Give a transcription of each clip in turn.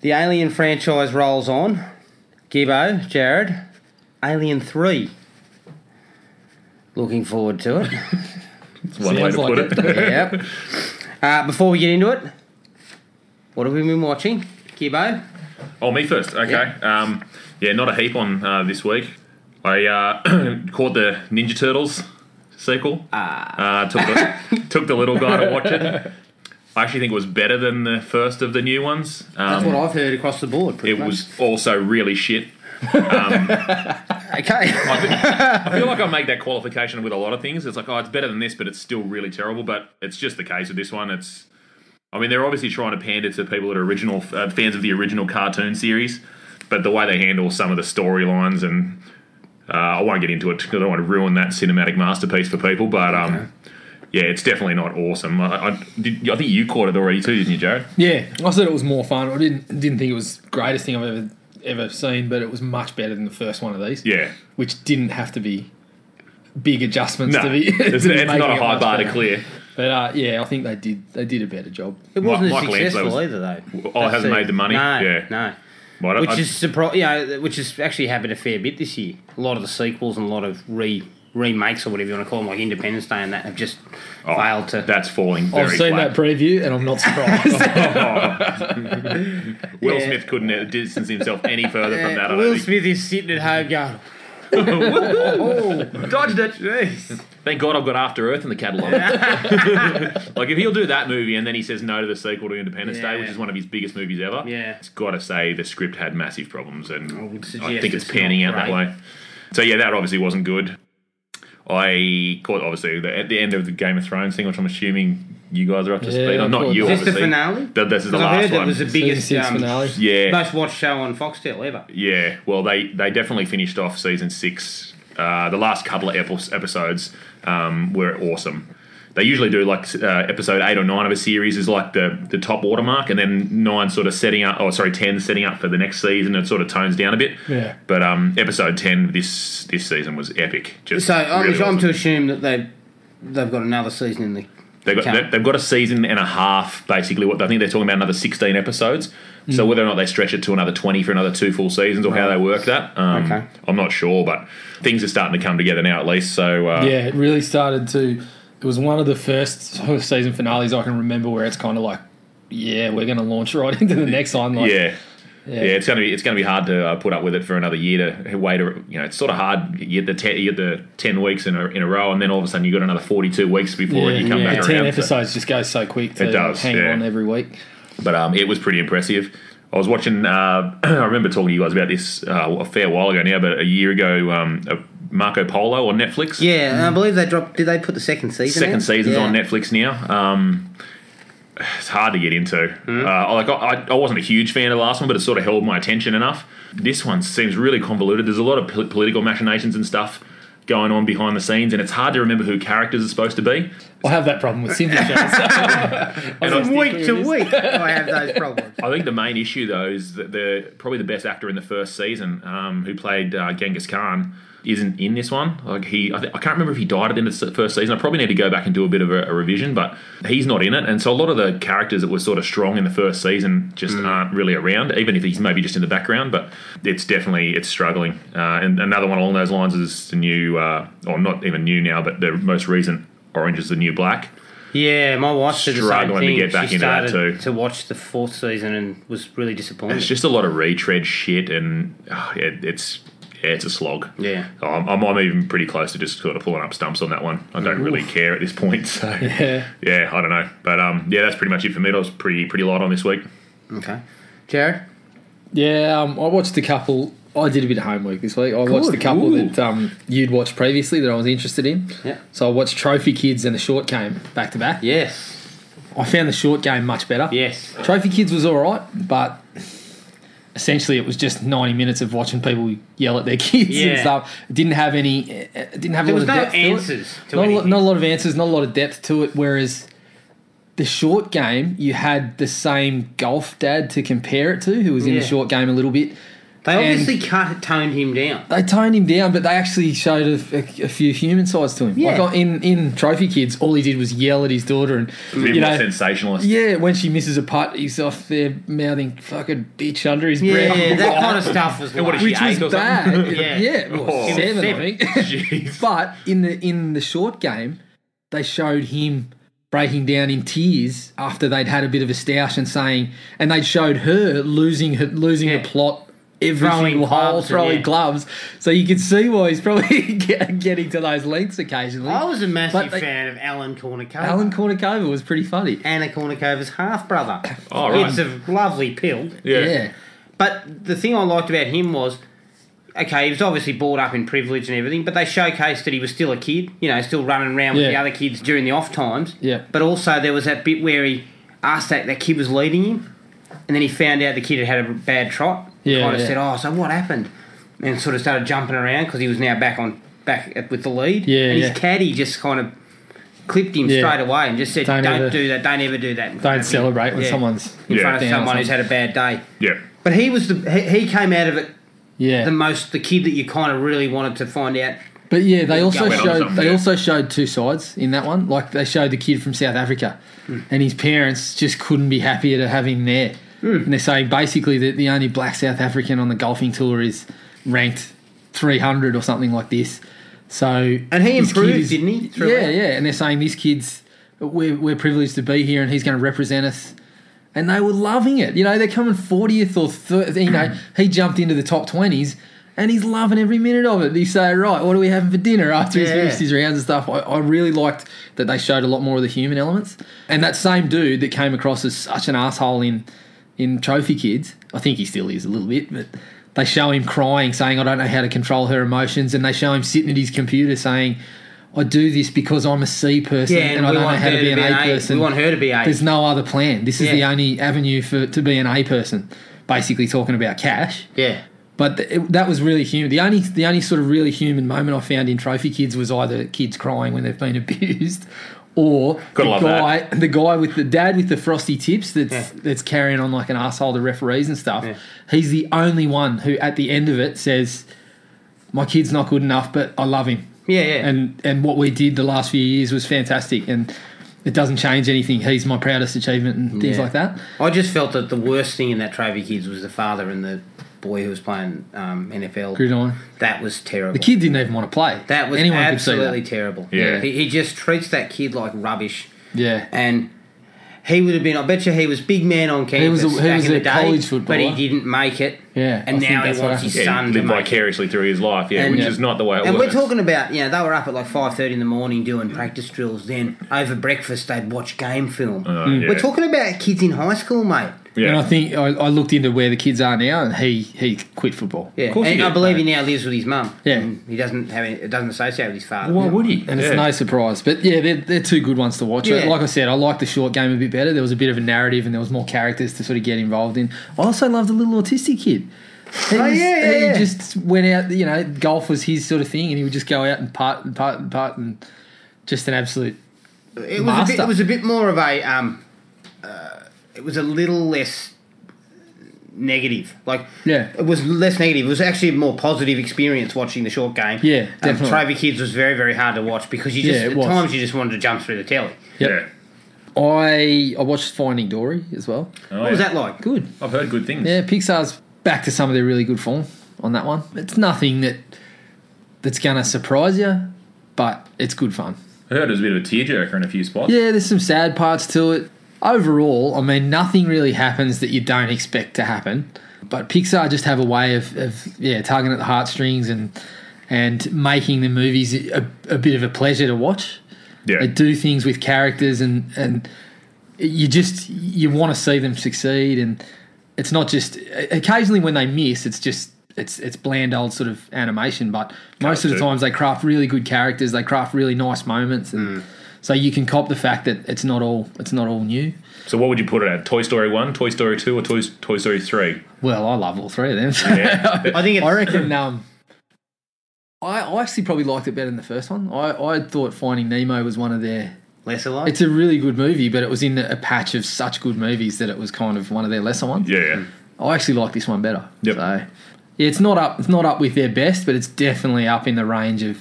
The Alien franchise rolls on. Gibbo, Jared, Alien 3. Looking forward to it. It's one way Sounds to like put it. it. yep. Uh, before we get into it, what have we been watching? Gibbo? Oh, me first. Okay. Yeah, um, yeah not a heap on uh, this week. I uh, caught the Ninja Turtles sequel. Ah. Uh, took, the, took the little guy to watch it. I actually think it was better than the first of the new ones. That's Um, what I've heard across the board, pretty it was also really shit. Okay. I feel like I make that qualification with a lot of things. It's like, oh, it's better than this, but it's still really terrible. But it's just the case with this one. It's, I mean, they're obviously trying to pander to people that are original uh, fans of the original cartoon series, but the way they handle some of the storylines and uh, I won't get into it because I don't want to ruin that cinematic masterpiece for people. But um, yeah, it's definitely not awesome. I, I, did, I think you caught it already too, didn't you, Jared? Yeah, I said it was more fun. I didn't didn't think it was the greatest thing I've ever ever seen, but it was much better than the first one of these. Yeah. which didn't have to be big adjustments No, to be. to it's, be it's making not a it high much bar to better. clear. But uh, yeah, I think they did they did a better job. It wasn't as Michael Angelo successful was- either, though. Oh, it hasn't That's made the money? No, Yeah. no. But I- Which I- is surpri- you know, which has actually happened a fair bit this year. A lot of the sequels and a lot of re remakes or whatever you want to call them, like Independence Day and that, have just oh, failed to. That's falling. Very I've seen flat. that preview and I'm not surprised. Will Yeah. Smith couldn't uh, distance himself any further from that. I Uh, don't Will think. Smith is sitting at home Oh, going, Dodged it. Thank God I've got After Earth in the catalogue. like, if he'll do that movie and then he says no to the sequel to Independence Day, which Yeah. is one of his biggest movies ever, Yeah. it's got to say the script had massive problems, and would I, suggest think it's it's panning not out that great. way. So, yeah, that obviously wasn't good. I caught, obviously, the, at the end of the Game of Thrones thing, which I'm assuming you guys are up to Yeah, speed I on. Not caught- you, Is this the obviously. finale? Th- this is the Because I heard last that one. was the biggest Season six um, finale. yeah. most watched show on Foxtel ever. Yeah, well, they they definitely finished off season six. Uh, the last couple of epi- episodes um, were awesome. They usually do like uh, episode eight or nine of a series is like the the top watermark, and then nine sort of setting up. Oh, sorry, ten setting up for the next season. It sort of tones down a bit. Yeah. But um, episode ten of this this season was epic. Just So I'm, really I'm awesome. to assume that they they've got another season in the. They've got, Okay. they- they've got a season and a half, basically. What I think they're talking about another sixteen episodes. So Mm. whether or not they stretch it to another twenty for another two full seasons, or how they work that, um, Okay. I'm not sure. But things are starting to come together now, at least. So uh, yeah, it really started to. It was one of the first sort of season finales I can remember where it's kind of like, yeah, we're going to launch right into the next one. Like, yeah, yeah, it's gonna be it's gonna be hard to uh, put up with it for another year to wait. a- You know, it's sort of hard. You get the ten, you get the ten weeks in a, in a row, and then all of a sudden you got another forty two weeks before you come yeah, back ten around. So- episodes just goes so quick. To It does, hang yeah. on every week. but um, it was pretty impressive. I was watching. Uh, I remember talking to you guys about this uh, a fair while ago now, but a year ago, um, uh, Marco Polo on Netflix. Yeah, and I believe they dropped. Did they put the second season? second out? season's Yeah. on Netflix now. Um, it's hard to get into. Hmm. Uh, like I, I wasn't a huge fan of the last one, but it sort of held my attention enough. This one seems really convoluted. There's a lot of pol- political machinations and stuff going on behind the scenes, and it's hard to remember who characters are supposed to be. I have that problem with Cynthia shows. From week to week, I have those problems. I think the main issue though is that the probably the best actor in the first season, um, who played uh, Genghis Khan, isn't in this one. Like he, I, th- I can't remember if he died at the end of the s- first season. I probably need to go back and do a bit of a, a revision, but he's not in it. And so a lot of the characters that were sort of strong in the first season just aren't really around, even if he's maybe just in the background. But it's definitely it's struggling. Uh, and another one along those lines is the new, uh, or not even new now, but the most recent Orange is the New Black. Yeah, my wife did the same Struggling to thing. get back she into that started too. to watch the fourth season and was really disappointed. It's just a lot of retread shit, and oh, it, it's yeah, it's a slog. Yeah. I'm, I'm, I'm even pretty close to just sort of pulling up stumps on that one. I don't really care at this point, so Yeah. yeah, I don't know. But um, yeah, that's pretty much it for me. I was pretty pretty light on this week. okay, Jared. Yeah, um, I watched a couple. I did a bit of homework this week. I watched a couple Ooh. that um, you'd watched previously that I was interested in. Yeah. So I watched Trophy Kids and The Short Game back to back. Yes, I found The Short Game much better. yes. Trophy Kids was all right, but essentially it was just 90 minutes of watching people yell at their kids and Yeah. stuff. It didn't have any, it didn't have There a lot was of no depth to it. answers to, not, a lot, anything. not a lot of answers, not a lot of depth to it. Whereas the short game, you had the same golf dad to compare it to, who was in Yeah. the short game a little bit. They And- obviously cut toned him down. They toned him down, but they actually showed a, a- a few human sides to him. Yeah. Like in in Trophy Kids, all he did was yell at his daughter, and A bit you more know, sensationalist. yeah, when she misses a putt, he's off there mouthing "fucking bitch" under his Yeah, breath, that kind of stuff was. And what like- is she, which was eight or something? bad. Yeah. yeah, well, Oh. seven, Seven. I think. Jeez. But in the in the short game, they showed him breaking down in tears after they'd had a bit of a stoush and saying, and they showed her losing her losing Yeah. the plot. Every Throwing single hole, gloves and- throwing yeah. gloves, so you can see why he's probably get- getting to those lengths occasionally. I was a massive But they- fan of Alan Kornikova. Alan Kornikova was pretty funny. Anna Kournikova's half brother. Oh, right. It's a lovely pill. Yeah. yeah. But the thing I liked about him was, okay, he was obviously brought up in privilege and everything, but they showcased that he was still a kid, you know, still running around with Yeah. the other kids during the off times. Yeah. But also there was that bit where he asked that that kid was leading him, and then he found out the kid had had a bad trot. Yeah, Kind of yeah. said, "Oh, so what happened?" And sort of started jumping around because he was now back on back at, with the lead. Yeah, And yeah. his caddy just kind of clipped him Yeah. straight away and just said, "Don't, Don't ever- do that. Don't ever do that. in front Don't of me." celebrate when Yeah. someone's in Yeah. front of down or someone who's had a bad day." Yeah. But he was the he, he came out of it yeah. the most the kid that you kind of really wanted to find out. But yeah, they also went on showed something, they yeah. also showed two sides in that one. Like they showed the kid from South Africa, and his parents just couldn't be happier to have him there. And they're saying basically that the only black South African on the golfing tour is ranked 300 or something like this. So And he this kid improved, didn't he, throughout? Yeah, yeah. And they're saying this kid's we're, we're privileged to be here, and he's going to represent us. And they were loving it. You know, they're coming 40th or thir You know, he jumped into the top 20s and he's loving every minute of it. He's saying, right, what are we having for dinner after he's Yeah. finished his rounds and stuff? I, I really liked that they showed a lot more of the human elements. And that same dude that came across as such an asshole in, in Trophy Kids, I think he still is a little bit, but they show him crying, saying, I don't know how to control her emotions. And they show him sitting at his computer saying, I do this because I'm a C person Yeah, and, and I we don't know want how her to be an A person. We want her to be A. There's no other plan. This is Yeah. the only avenue for to be an A person. Basically, talking about cash. yeah, But th- it, that was really human. The only the only sort of really human moment I found in Trophy Kids was either kids crying when they've been abused, or Gotta the love guy the guy with the dad with the frosty tips that's that's carrying on like an asshole to referees and stuff. He's the only one who at the end of it says, "My kid's not good enough, but I love him." yeah, yeah. and and what we did the last few years was fantastic and it doesn't change anything he's my proudest achievement and things Yeah. like that I just felt that the worst thing in that Trophy Kids was the father and the boy who was playing um, NFL. gridiron That was terrible. the kid didn't even want to play that was anyone absolutely could see terrible. Yeah. he, he just treats that kid like rubbish, that yeah and he would have been. I bet you he was big man on campus was a- he back was in a the day, college but he footballer. didn't make it. Yeah, and I think now that's he what wants happened. his Yeah, son he to lived make it. vicariously through his life, yeah, And- which Yeah. is not the way it And works. we're talking about you know they were up at like five thirty in the morning doing practice drills. Then over breakfast they'd watch game film. Uh, yeah. Hmm, We're talking about kids in high school, mate. Yeah. and i think I, I looked into where the kids are now and he he quit football Yeah, Of course and you I do. believe he now lives with his mum. Yeah. And he doesn't have any, it doesn't associate with his father. Why would he? and it's Yeah. no surprise but yeah they're, they're two good ones to watch Yeah. like i said i liked the short game a bit better there was a bit of a narrative and there was more characters to sort of get involved in i also loved the little autistic kid he, Oh, was- yeah, yeah, he yeah. just went out you know golf was his sort of thing and he would just go out and putt and putt and putt and just an absolute It was a bit, Master. it was a bit more of a um, uh, it was a little less negative. Like Yeah. it was less negative. It was actually a more positive experience watching the short game. Yeah, Um, definitely. Travy Kids was very very hard to watch because you Yeah, just it at was. times you just wanted to jump through the telly. Yeah. I I watched Finding Dory as well. Oh, What was yeah. that like? Good. I've heard good things. Yeah, Pixar's back to some of their really good form on that one. It's nothing that that's gonna surprise you, but it's good fun. I heard it was a bit of a tearjerker in a few spots. Yeah, there's some sad parts to it. Overall, I mean, nothing really happens that you don't expect to happen. But Pixar just have a way of, of yeah, tugging at the heartstrings and and making the movies a, a bit of a pleasure to watch. Yeah. They do things with characters and and you just you want to see them succeed and it's not just occasionally when they miss it's just it's it's bland old sort of animation but most of the Cartoon. times they craft really good characters they craft really nice moments and so you can cop the fact that it's not all it's not all new So what would you put it at? Toy Story 1, Toy Story 2, or Toy, Toy Story 3? well i love all three of them Yeah. I think it's, I reckon um, I, I actually probably liked it better than the first one. I, I thought Finding Nemo was one of their. lesser like. It's a really good movie, but it was in a patch of such good movies that it was kind of one of their lesser ones. yeah, yeah. I actually like this one better. Yep. So Yeah, it's not up. It's not up with their best, but it's definitely up in the range of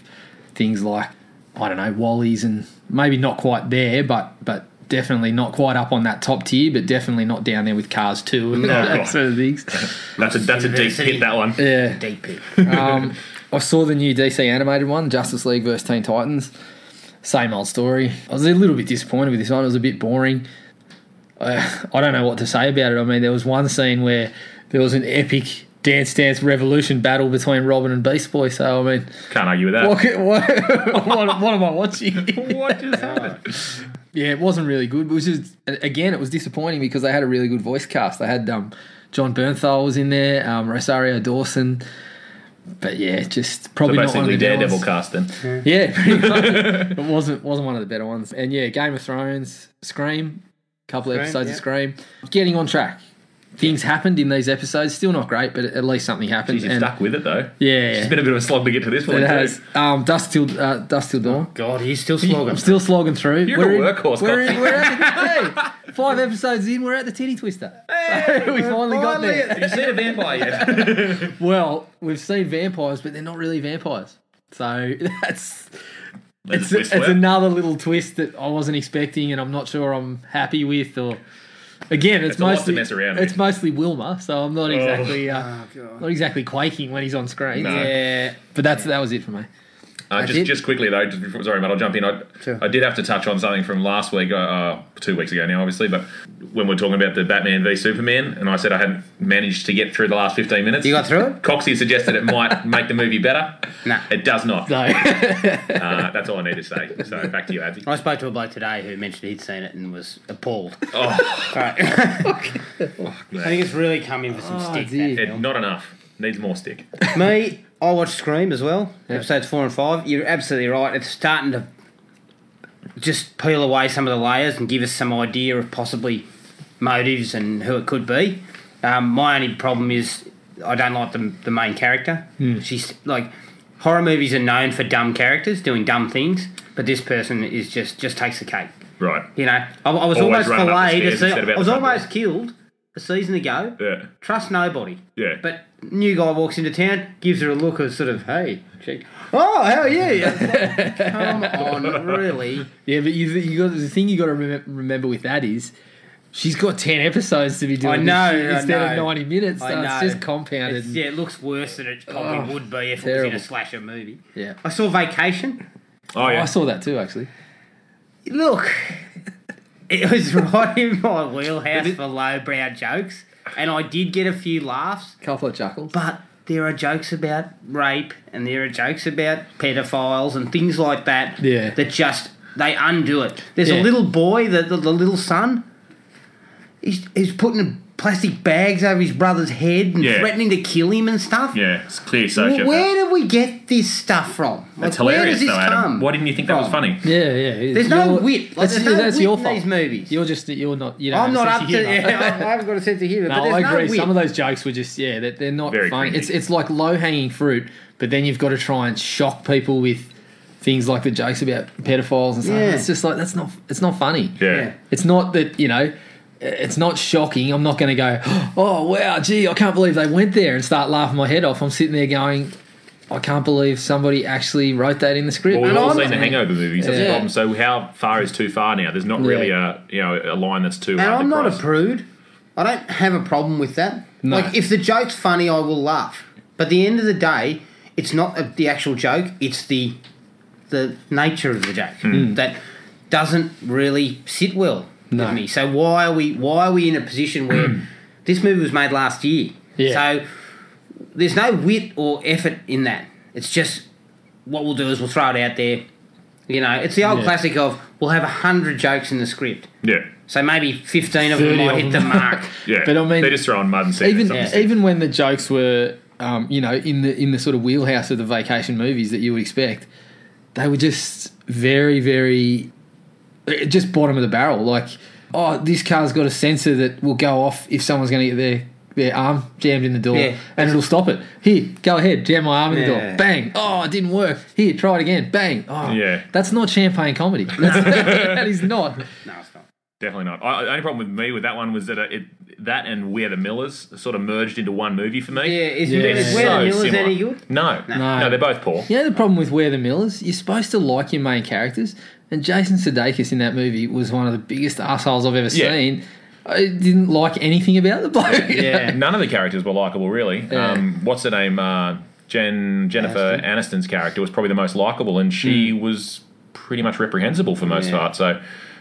things like I don't know Wally's and maybe not quite there, but but definitely not quite up on that top tier, but definitely not down there with Cars Two and all that sort of things. That's a that's a deep hit. That one. Yeah, Deep pit. um, I saw the new DC animated one, Justice League versus Teen Titans. Same old story. I was a little bit disappointed with this one. It was a bit boring. I, I don't know what to say about it. I mean, there was one scene where there was an epic dance dance revolution battle between Robin and Beast Boy. So I mean, Can't argue with that. what, could- what, what, what am I watching? What just happened? Yeah, it wasn't really good. Which is again, it was disappointing because they had a really good voice cast. They had um, John Bernthal was in there, um, Rosario Dawson. But yeah, just So probably not one of basically, the better Daredevil ones. cast then. Yeah, pretty much. it wasn't wasn't one of the better ones. And yeah, Game of Thrones, Scream, couple episodes of Scream, getting on track. Things happened in these episodes. Still not great, but at least something happened. Jeez, you've and- stuck with it though. Yeah. It's been a bit of a slog to get to this one. It too. has um, dust till uh, dust till dawn. God, he's still I'm slogging. still slogging through. You're a workhorse, We're, Coxie. in, we're at the, hey, five episodes in, we're at the titty twister. So we finally got there. Have you seen a vampire yet? Well, we've seen vampires, but they're not really vampires. So that's That's it's, a it's twist for it. another little twist that I wasn't expecting, and I'm not sure I'm happy with. Or again, it's, a lot to mostly mess around with. it's mostly Wilma, so I'm not exactly uh, Oh, God. not exactly quaking when he's on screen. No. Yeah, but that's that was it for me. Uh, it. just, just quickly though, just before, sorry, Matt, I'll jump in. I, Sure. I did have to touch on something from last week, uh, uh, two weeks ago now, obviously, but when we're talking about the Batman v Superman, and I said I hadn't managed to get through the last 15 minutes. You got through it? Coxie suggested it might make the movie better. Nah. It does not. No, Uh, that's all I need to say. So back to you, Adzi. I spoke to a bloke today who mentioned he'd seen it and was appalled. Oh, Right. I think it's really coming for some stick. dear. that it, film. not enough. Needs more stick. Oh, Me, I watched Scream as well, episodes four and five. You're absolutely right. It's starting to just peel away some of the layers and give us some idea of possibly motives and who it could be. Um, my only problem is I don't like the, the main character. She's like horror movies are known for dumb characters doing dumb things, but this person is just just takes the cake. Right. You know, I, I was Always almost running up the filleted. A stairs se- instead of out I the was front almost killed a season ago. Yeah. Trust nobody. Yeah. But new guy walks into town, gives her a look of sort of, hey, she, oh, how are you? It's like, Come on, really? yeah, but you, you got the thing you got to remem- remember with that is. She's got ten episodes to be doing I this know, shit I instead know. of ninety minutes. I So it's know. just compounded. It's- yeah, it looks worse than it probably Oh, would be if it was in terrible. a slasher movie. yeah. I saw Vacation. Oh, yeah. I saw that too, actually. Look, it was right in my wheelhouse for lowbrow jokes, and I did get a few laughs. Couple of chuckles. but there are jokes about rape and there are jokes about pedophiles and things like that Yeah. that just they undo it there's Yeah. a little boy the, the, the little son he's, he's putting plastic bags over his brother's head and Yeah. threatening to kill him and stuff Yeah, it's clear Well, sociopath. where did we get this stuff from Like, That's hilarious, where does this though, Adam. come Why didn't you think that was from? funny? yeah, yeah. there's no wit like, there's no wit in these movies You're just you're not. You don't I'm have not a sense up of to humour. yeah, I haven't got a sense of humour No, but there's I agree. no wit Some of those jokes were just yeah, they're, they're not Very funny. cringy. It's it's like low hanging fruit, but then you've got to try and shock people with things like the jokes about pedophiles and stuff. Yeah. It's just like that's not it's not funny. Yeah. It's not that you know. It's not shocking. I'm not going to go, oh wow, gee, I can't believe they went there and start laughing my head off. I'm sitting there going, I can't believe somebody actually wrote that in the script. Well, we've And all I'm- seen the Hangover movies. That's the Yeah. problem. So how far is too far now? There's not really a you know a line that's too And hard I'm to not a cross. prude. I don't have a problem with that. No. Like if the joke's funny, I will laugh. But at the end of the day, it's not a, the actual joke. It's the the nature of the joke Hmm. that doesn't really sit well No. with me. So why are we why are we in a position where this movie was made last year? Yeah. So there's no wit or effort in that. It's just what we'll do is we'll throw it out there. You know, it's the old Yeah. classic of we'll have a hundred jokes in the script. yeah, So maybe 15 of them 30 might of hit the them. mark. yeah. But I mean- they're just throwing mud and sand. even Even, Yeah. even when the jokes were um, you know in the in the sort of wheelhouse of the vacation movies that you would expect they were just very very eh, just bottom of the barrel like oh this car's got a sensor that will go off if someone's going to get their their arm jammed in the door Yeah. and it'll stop it here go ahead jam my arm in the Yeah. door bang oh it didn't work here try it again bang oh Yeah. that's not champagne comedy That's- that is not no, it's not. Definitely not. I, the only problem with me with that one was that it that and Where the Millers sort of merged into one movie for me. Yeah, is, Yeah. is It's where so the Millers similar. any good? No. No. no, they're both poor. You know the problem with Where the Mill is? You're supposed to like your main characters, and Jason Sudeikis in that movie was one of the biggest assholes I've ever Yeah. seen. I didn't like anything about the bloke. Yeah. None of the characters were likable, really. Yeah. Um, what's her name? Uh, Jen Jennifer Aniston's character was probably the most likable, and she was pretty much reprehensible for most Hmm. Yeah. part. So,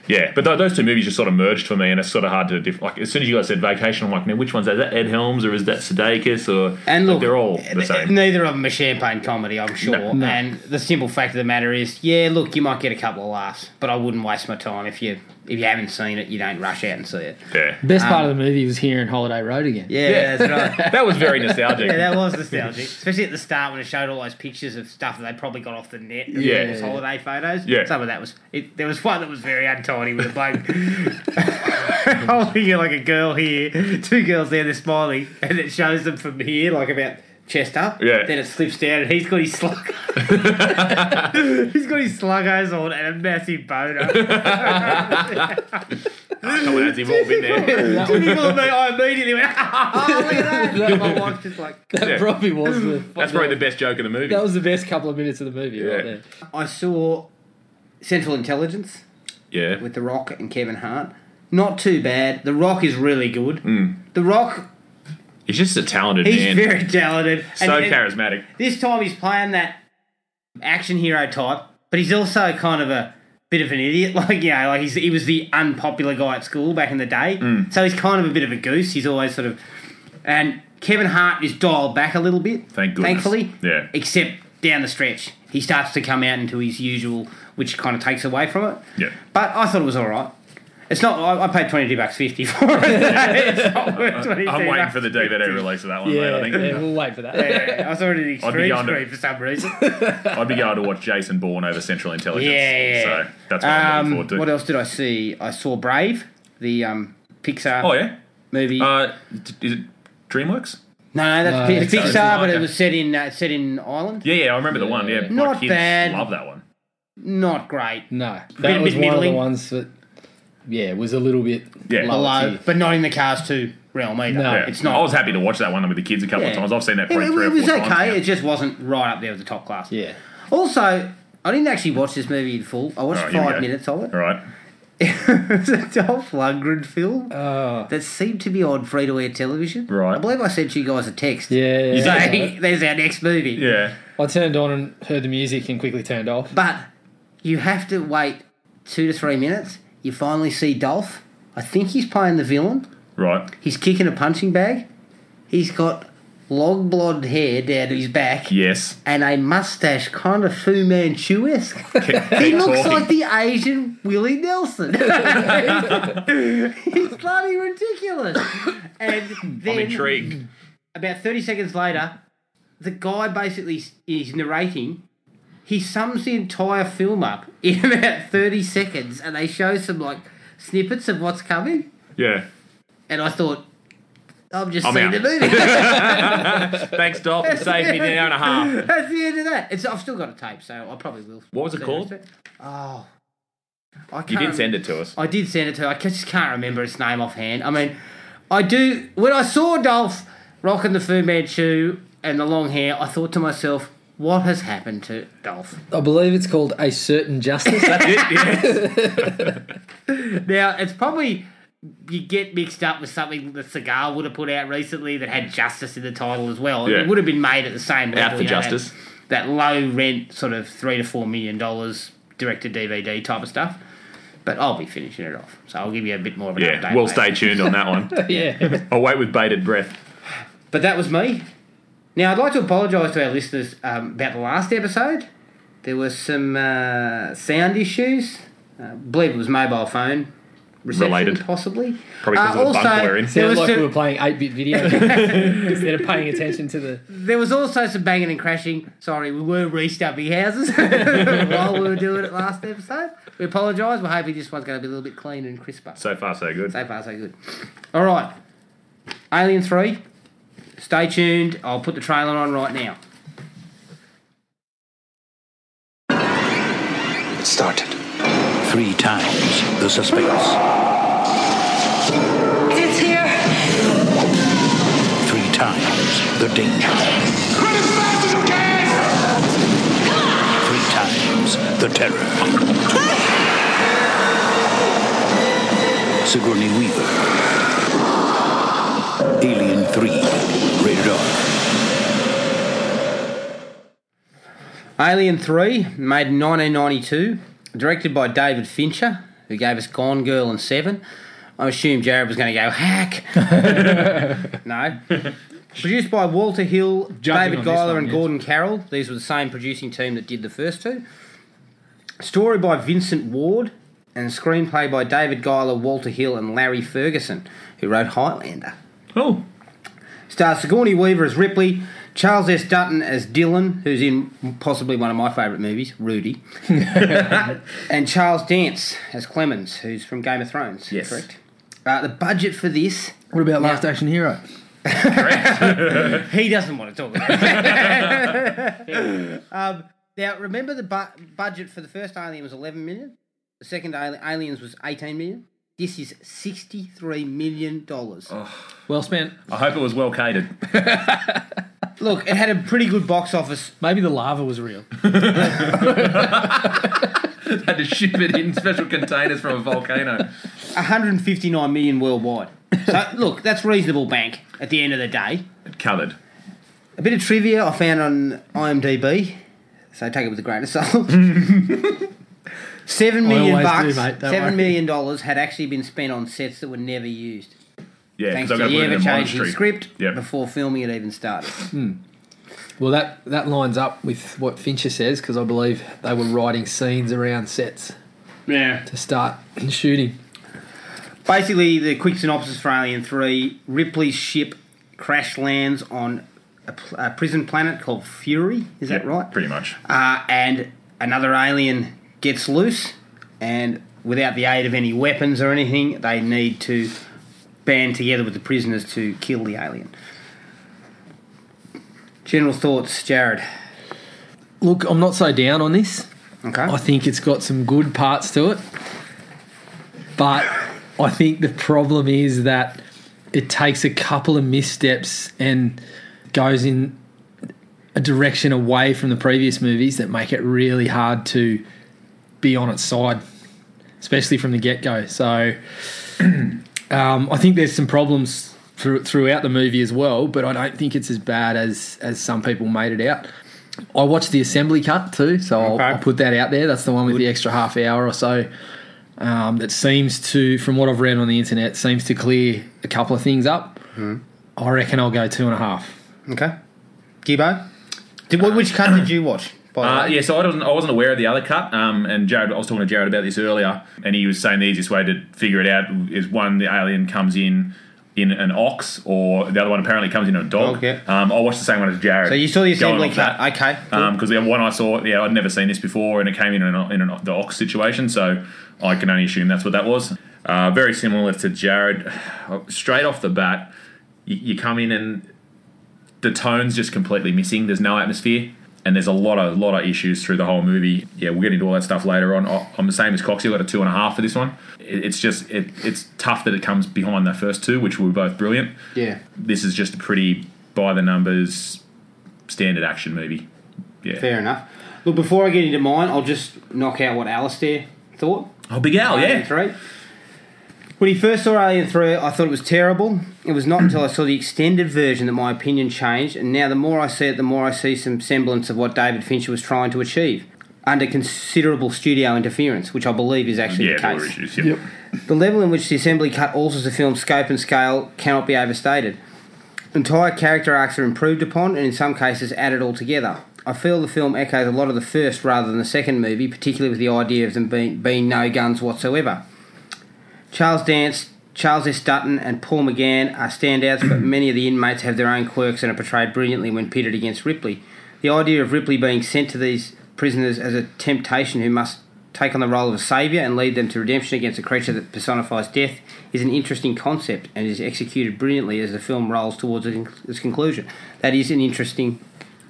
yeah. But th- those two movies just sort of merged for me, and it's sort of hard to diff- like. As soon as you guys said Vacation, I'm like, now which one's that? Is that Ed Helms or is that Sudeikis? Or And but look, they're all the same. Neither of them are champagne comedy, I'm sure. No. No. And the simple fact of the matter is, yeah, look, you might get a couple of laughs, but I wouldn't waste my time if you if you haven't seen it, you don't rush out and see it. yeah. Best part of the movie was hearing Holiday Road again. Yeah, Um, Yeah. that's right. That was very nostalgic. Yeah, that was nostalgic, especially at the start when it showed all those pictures of stuff that they probably got off the net. of Yeah. people's holiday photos. Yeah. some of that was. It, there was one that was very untidy with a bloke holding like a girl here, two girls there, they're smiling, and it shows them from here, like about chest up. Yeah. Then it slips down, and he's got his slug. he's got his sluggos on and a massive boner. Come on, lads, you've all been there. Typical of me, I immediately went, oh, look at that. And my wife's just like. That Yeah. probably was the. That's probably the best joke in the movie. That was the best couple of minutes of the movie Yeah. right there. I saw Central Intelligence. yeah. with The Rock and Kevin Hart. Not too bad. The Rock is really good. The Rock, He's just a talented he's Mm. man. very talented. so And- and charismatic. This time he's playing that action hero type, but he's also kind of a bit of an idiot. Like, you know, like he's, he was the unpopular guy at school back in the day. Mm. So he's kind of a bit of a goose. He's always sort of. And Kevin Hart is dialed back a little bit. Thank goodness. Thankfully. Yeah. Except down the stretch, he starts to come out into his usual, which kind of takes away from it. Yeah. But I thought it was all right. It's not. I, I paid twenty two bucks fifty for it. it's not worth twenty two. I'm waiting for the DVD release of that one, mate. I think yeah, we'll wait for that. I saw it in the I'd extreme be going to- screen for some reason. I'd be going to watch Jason Bourne over Central Intelligence. Yeah, yeah, yeah. So that's what I'm looking Um, forward to. what else did I see? I saw Brave, the um, Pixar Oh yeah. movie. Uh, d- is it DreamWorks? no, no, that's No, it's Pixar. Pixar, Pixar, but okay. it was set in uh, set in Ireland. Yeah, yeah. I remember the one. Yeah, Yeah. my Not kids bad. Love that one. Not great. No, Bit- that was bit one of the middling. ones that, yeah, was a little bit Yeah. lower Below, tier. but not in the Cars Two realm either. No. Yeah. It's I not. was happy to watch that one with the kids a couple of Yeah. times. I've seen that It, probably it three or was four okay. times. It just wasn't right up there with the top class. Yeah, Also, I didn't actually watch this movie in full. I watched Alright, here we five go. minutes of it. All right. it was a Dolph Lundgren film Ah. oh, that seemed to be on free to air television. Right. I believe I sent you guys a text. yeah. yeah, say- yeah. Saying, there's our next movie. Yeah. I turned on and heard the music and quickly turned off. But you have to wait two to three minutes. You finally see Dolph. I think he's playing the villain. Right. He's kicking a punching bag. He's got long blonde hair down to his back Yes. and a mustache, kind of Fu Manchu esque. He looks like the Asian Willie Nelson. He's bloody ridiculous. And then I'm intrigued. about 30 seconds later, the guy basically s- is narrating. He sums the entire film up in about 30 seconds and they show some like snippets of what's coming. Yeah. And I thought, I'm just I'm seeing the out. movie. Thanks, Dolph. You saved me an hour and a half. That's the end of that. It's, I've still got a tape, so I probably will. What was it called? Oh. I can't You did send it to us. I did send it to her. I ca- just can't remember its name offhand. I mean, I do. When I saw Dolph rocking the Fu Manchu and the long hair, I thought to myself, what has happened to Dolph? I believe it's called A Certain Justice. That's it. Yes. Now, it's probably. You get mixed up with something that Cigar would have put out recently that had justice in the title as well. Yeah. It would have been made at the same level. Out for you know, that- justice. That, low rent, sort of three to four million dollars direct to DVD type of stuff. But I'll be finishing it off, so I'll give you a bit more of an update. Yeah. Well, later. stay tuned on that one. yeah, I'll wait with bated breath. But that was me. Now, I'd like to apologise to our listeners um, about the last episode. There were some uh, sound issues. Uh, I believe it was mobile phone reception, Related. possibly. Probably 'cause Uh, of the bunk also, we're in. There sounds was, like we were some, playing eight bit video games instead of paying attention to the. there was also some banging and crashing. Sorry, we were restubbing houses while we were doing it last episode. We apologise. We're hoping this one's going to be a little bit cleaner and crisper. So far, so good. So far, so good. All right. Alien 3. Stay tuned. I'll put the trailer on right now. It started. Three times the suspense. It's here. Three times the danger. Run as fast as you can! Three times the terror. Sigourney Weaver. Alien 3. Rated R. Alien 3, made in 1992, directed by David Fincher, who gave us Gone Girl and Seven. I assumed Jared was going to go, hack! no. Produced by Walter Hill, Jumping on David this Giler, one, and yes. Gordon Carroll. These were the same producing team that did the first two. Story by Vincent Ward, and screenplay by David Giler, Walter Hill, and Larry Ferguson, who wrote Highlander. Oh, Stars Sigourney Weaver as Ripley, Charles S. Dutton as Dylan, who's in possibly one of my favourite movies, Rudy, and Charles Dance as Clemens, who's from Game of Thrones. Yes. correct. Uh, the budget for this, What about Last Action Hero? he doesn't want to talk about. it. um, now, remember the bu- budget for the first Alien was 11 million. The second Ali- Aliens was 18 million. This is 63 million dollars. Well spent. I hope it was well catered. Look, it had a pretty good box office Maybe the lava was real. Had to ship it in special containers from a volcano. 159 million worldwide. So look, that's reasonable bank at the end of the day. It covered. A bit of trivia I found on IMDb, so take it with a grain of salt. seven million always do, bucks, mate, don't worry. seven million dollars had actually been spent on sets that were never used. Yeah, Thanks because to I've got to put the it in a ever changing monastery. script Yep. before filming it even started. Well, that, that lines up with what Fincher says because I believe they were writing scenes around sets yeah. to start shooting. Basically, the quick synopsis for Alien 3 Ripley's ship crash lands on a, pl- a prison planet called Fury. Is that Yeah, right? Pretty much. uh, and another alien gets loose, and without the aid of any weapons or anything, they need to band together with the prisoners to kill the alien. General thoughts, Jared. Look, I'm not so down on this. Okay. I think it's got some good parts to it. But I think the problem is that it takes a couple of missteps and goes in a direction away from the previous movies that make it really hard to be on its side, especially from the get go. So um, I think there's some problems through, throughout the movie as well, but I don't think it's as bad as, as some people made it out. I watched the assembly cut too, so Okay. I'll, I'll put that out there. That's the one with the extra half hour or so. Um, that seems to, from what I've read on the internet, seems to clear a couple of things up. Hmm. I reckon I'll go two and a half. okay. Gibbo? Did, wh- which cut did you watch? By Uh, yeah, so I wasn't, I wasn't aware of the other cut, um, and Jared, I was talking to Jared about this earlier, and he was saying the easiest way to figure it out is one, the alien comes in in an ox, or the other one apparently comes in a dog. Dog, yeah. um, I watched the same one as Jared. So Oh, you saw the Going assembly off cut. that. Uh, Okay. cool. Because the one I saw, Um, yeah, I'd never seen this before, and it came in an, in an, the ox situation, so I can only assume that's what that was. Uh, very similar to Jared. Oh, Straight off the bat, you, you come in and the tone's just completely missing. There's no atmosphere, and there's a lot of lot of issues through the whole movie. Yeah, we'll get into all that stuff later on. I- I'm the same as Coxie. I got a two and a half for this one. It- It's just it, it's tough that it comes behind the first two, which were both brilliant. yeah. This is just a pretty by the numbers standard action movie. Yeah. Fair enough. Look, before I get into mine, I'll just knock out what Alistair thought. Oh, Big Al, Alien yeah. 3. When he first saw Alien 3, I thought it was terrible. It was not until I saw the extended version that my opinion changed, and now the more I see it, the more I see some semblance of what David Fincher was trying to achieve under considerable studio interference, which I believe is actually Yeah, the there were case. issues. Yep. The level in which the assembly cut alters the film's scope and scale cannot be overstated. Entire character arcs are improved upon and in some cases added altogether. I feel the film echoes a lot of the first rather than the second movie, particularly with the idea of them being, being no guns whatsoever. Charles Dance, Charles S. Dutton, and Paul McGann are standouts, but many of the inmates have their own quirks and are portrayed brilliantly when pitted against Ripley. The idea of Ripley being sent to these prisoners as a temptation who must take on the role of a saviour and lead them to redemption against a creature that personifies death is an interesting concept and is executed brilliantly as the film rolls towards its conclusion. That is an interesting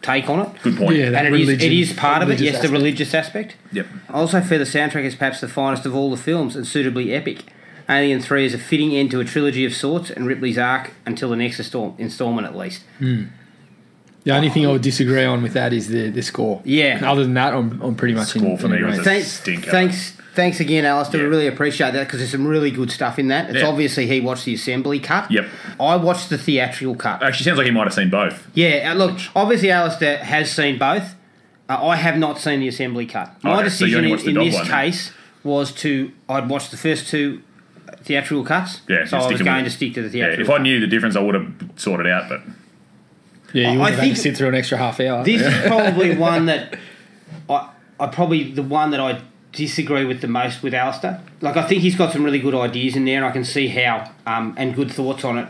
take on it. Good point. Yeah, that- and it is, religion- it is part of it, religious yes, aspect. the religious aspect. Yep. I also feel the soundtrack is perhaps the finest of all the films and suitably epic. Alien 3 is a fitting end to a trilogy of sorts and Ripley's arc until the next instal- installment, at least. The only thing I would disagree on with that is the, the score. Yeah. Other than that, I'm, I'm pretty much Score for me was agreement. a- Thanks, stinker. thanks, thanks again, Alistair. Yeah. We really appreciate that because there's some really good stuff in that. It's Yeah. obviously he watched the assembly cut. Yep. Uh, I watched the theatrical cut. Actually, sounds like he might have seen both. Yeah, uh, look, obviously Alistair has seen both. Uh, I have not seen the assembly cut. My Oh, Okay, so you decision only in, watched the in dog this one then? case was to I'd watched the first two theatrical cuts. so Yeah, you're I was sticking going with to it. stick to the Yeah, theatrical. if I cut. knew the difference, I would have sorted it out. But Yeah, you I- I would have had think- to sit through an extra half hour. this is probably one that I, I probably the one that I disagree with the most with Alistair. Like I think he's got some really good ideas in there, and I can see how um, and good thoughts on it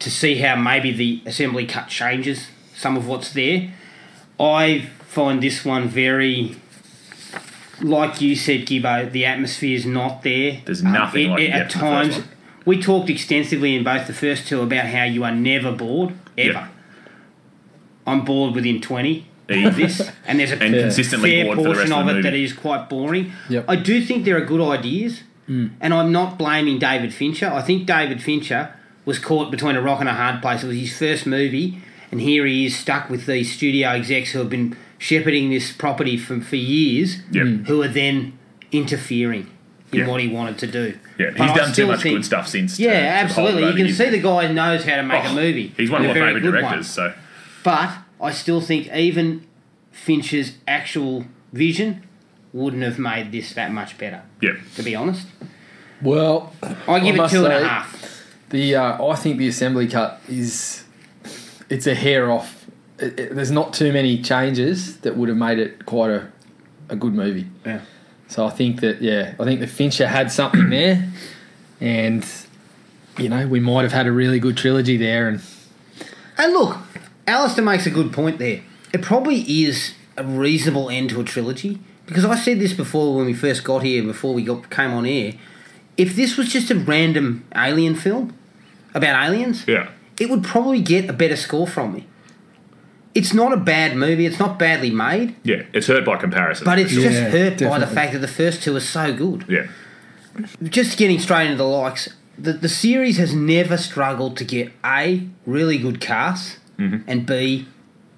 to see how maybe the assembly cut changes some of what's there. I find this one very. Like you said, Gibbo, the atmosphere is not there. Um, There's nothing like you get at from the first times. one. We talked extensively in both the first two about how you are never bored ever. Yep. I'm bored within 20 of Easy. this, and there's a And fair consistently bored for the portion rest of of, the it movie. that is quite boring. Yep. I do think there are good ideas, and I'm not blaming David Fincher. I think David Fincher was caught between a rock and a hard place. It was his first movie, and here he is stuck with these studio execs who have been shepherding this property for, for years, Yep. Hmm. Mm. who are then interfering in Yeah. what he wanted to do. yeah, he's But I done too still much think- good stuff since. to- Yeah, to hold it absolutely. over You can his- see the guy knows how to make a Oh, movie. He's one of and my a very favourite good one. directors. So But I still think even Fincher's actual vision wouldn't have made this that much better. yeah, To be honest, Well, I give it must two and a say- half. The uh, I think the assembly cut is it's a hair off. It, it- there's not too many changes that would have made it quite a a good movie. Yeah. So I think that yeah, I think the Fincher had something there, and you know we might have had a really good trilogy there. And And look, Alistair makes a good point there. It probably is a reasonable end to a trilogy because I said this before when we first got here, before we got came on air. If this was just a random alien film about aliens, yeah, it would probably get a better score from me. It's not a bad movie. It's not badly made. yeah. It's hurt by comparison. But it's just Yeah, hurt by the definitely. fact that the first two are so good. yeah, Just getting straight into the likes, the, the series has never struggled to get A, really good casts, Mm-hmm. and B,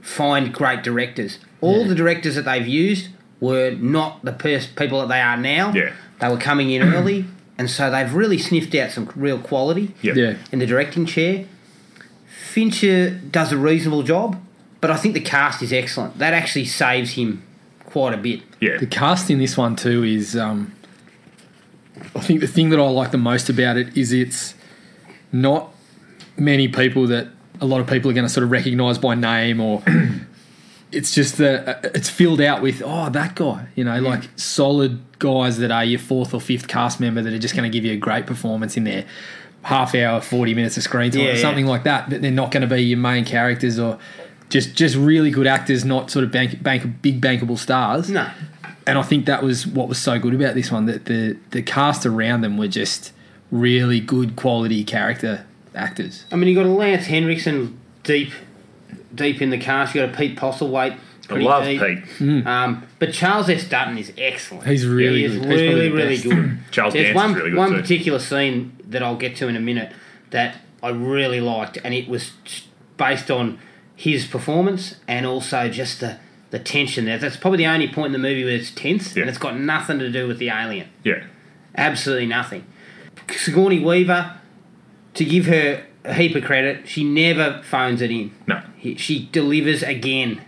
find great directors. All the directors that they've used were not the pers- people that they are now. Yeah. They were coming in early, and so they've really sniffed out some real quality yeah, yeah, in the directing chair. Fincher does a reasonable job, but I think the cast is excellent. That actually saves him quite a bit. yeah. the cast in this one too is um, I think the thing that I like the most about it is it's not many people that a lot of people are going to sort of recognise by name or it's just that uh, it's filled out with oh that guy you know like solid guys that are your fourth or fifth cast member that are just going to give you a great performance in their half hour 40 minutes of screen time Yeah, or yeah. something like that but they're not going to be your main characters or just just really good actors not sort of bank, bank big bankable stars No. and I think that was what was so good about this one that the the cast around them were just really good quality character actors. I mean, you got a Lance Henriksen deep, deep in the cast. You got a Pete Postlewaite. I pretty love deep. Pete. Um, but Charles S. Dutton is excellent. He's really he is good. He's probably really, the really best. good. Charles There's Dance one, is really good one too. particular scene that I'll get to in a minute that I really liked, and it was based on his performance and also just the, the tension there. That's probably the only point in the movie where it's tense, Yeah. and it's got nothing to do with the alien. yeah, Absolutely nothing. Sigourney Weaver, to give her a heap of credit, she never phones it in. No. He- She delivers again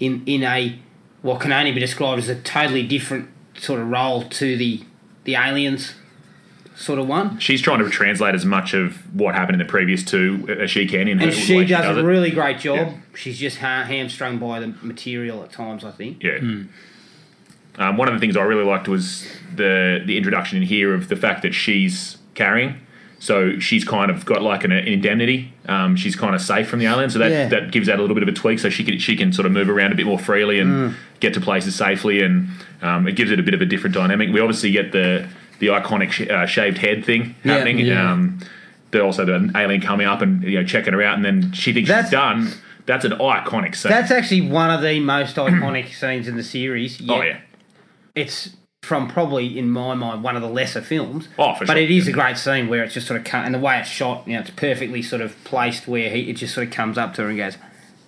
in, in a what can only be described as a totally different sort of role to the, the aliens sort of one. She's trying to translate as much of what happened in the previous two as she can in her And way she does, it. a really great job. Yeah. She's just ha- hamstrung by the material at times, I think. Yeah. Um, one of the things I really liked was the the introduction in here of the fact that she's carrying. So she's kind of got like an, an indemnity. Um, she's kind of safe from the alien, so that, Yeah. that gives that a little bit of a tweak. So she can she can sort of move around a bit more freely and get to places safely, and um, it gives it a bit of a different dynamic. We obviously get the the iconic sh- uh, shaved head thing Yeah. happening. Yeah. Um, there also the alien coming up and you know checking her out, and then she thinks That's- she's done. That's an iconic scene. That's actually one of the most iconic scenes in the series. oh yet yeah. it's from probably in my mind one of the lesser films. Oh, for but sure. it is a great scene where it's just sort of cut and the way it's shot, you know, it's perfectly sort of placed where he it just sort of comes up to her and goes.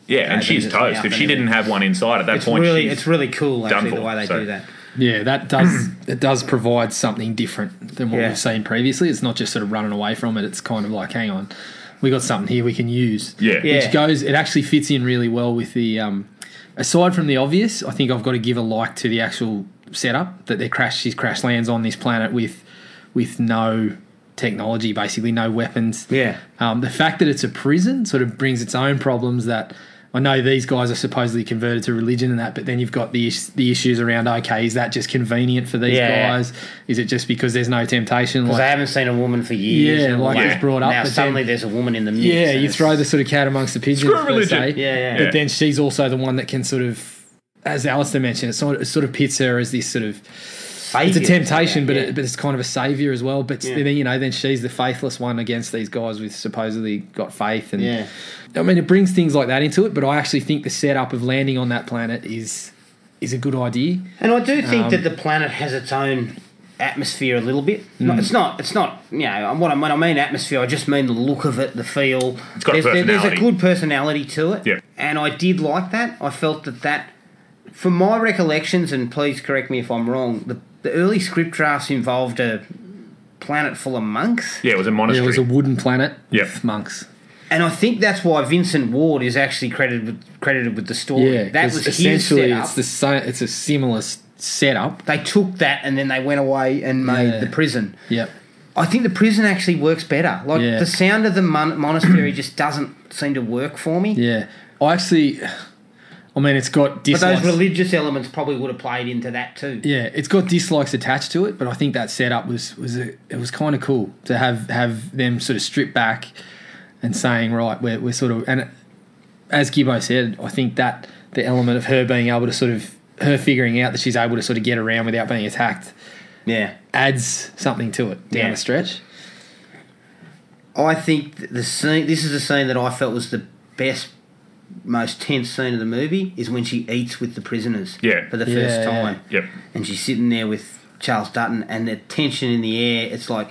Yeah, Yeah, and she's they just lay toast. up If she anyway. didn't have one inside at that It's point, really, she's- it's really cool actually for, the way they so- do that. Yeah, that does it does provide something different than what Yeah. we've seen previously. It's not just sort of running away from it. It's kind of like, hang on, we got something here we can use. Yeah. Yeah. which goes. It actually fits in really well with the. Um, aside from the obvious, I think I've got to give a like to the actual setup that they crash. She crash lands on this planet with, with no technology, basically no weapons. Yeah. Um, the fact that it's a prison sort of brings its own problems that I know these guys are supposedly converted to religion and that, but then you've got the is- the issues around okay, is that just convenient for these Yeah. guys? Is it just because there's no temptation? Because Like, I haven't seen a woman for years. Yeah, and all like that. it's brought up, Now but then- suddenly there's a woman in the mix. yeah, and you it's- throw the sort of cat amongst the pigeons. Screw per religion. se. Yeah, yeah. But Yeah. then she's also the one that can sort of, as Alistair mentioned, it sort of, it sort of pits her as this sort of it's a Saviour. temptation, but Yeah. it, but it's kind of a savior as well. But then you know, then she's the faithless one against these guys with supposedly got faith, and Yeah. I mean, it brings things like that into it. But I actually think the setup of landing on that planet is is a good idea. And I do think Um, that the planet has its own atmosphere a little bit. No, Hmm. it's not. It's not. You know, what I mean, I mean atmosphere. I just mean the look of it, the feel. It's got a there's, there- personality. There's a good personality to it. Yeah. And I did like that. I felt that that, from my recollections, and please correct me if I'm wrong, the, the early script drafts involved a planet full of monks. yeah, it was a There monastery. was a wooden planet Yep. with monks. And I think that's why Vincent Ward is actually credited with, credited with the story. Yeah, that 'cause was his essentially setup. it's the same. It's a similar s- setup. They took that and then they went away and made Yeah. the prison. Yep. I think the prison actually works better. Like Yeah. the sound of the mon- monastery just doesn't seem to work for me. Yeah, I actually, I mean, it's got But those dislikes. religious elements probably would have played into that too. yeah, it's got dislikes attached to it, but I think that setup was was a, it was kind of cool to have have them sort of strip back and saying right, we're we're sort of and as Gibbo said, I think that the element of her being able to sort of her figuring out that she's able to sort of get around without being attacked Yeah. adds something to it down Yeah. the stretch. I think th- the scene. This is the scene that I felt was the best, most tense scene of the movie is when she eats with the prisoners. Yeah. For the Yeah, first yeah. time. Yep. And she's sitting there with Charles Dutton, and the tension in the air. It's like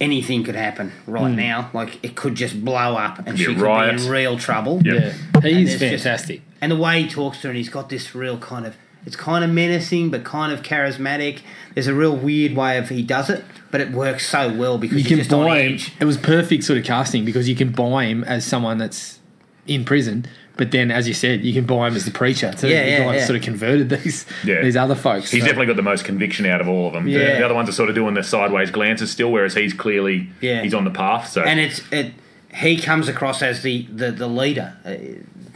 anything could happen right Hmm. now. Like it could just blow up, and be a she could riot. be in real trouble. Yep. Yeah, he And is there's just- fantastic. and the way he talks to her, and he's got this real kind of it's kind of menacing but kind of charismatic. There's a real weird way of he does it, but it works so well because you he's can just on buy him. edge. It was perfect sort of casting because you can buy him as someone that's in prison, but then as you said, you can buy him as the preacher too. Yeah, the yeah, guy that yeah. Sort of converted these Yeah. these other folks. He's So- definitely got the most conviction out of all of them. The- The, Yeah. other ones are sort of doing the sideways glances still, whereas he's clearly Yeah. he's on the path. So And it's it he comes across as the the, the leader uh,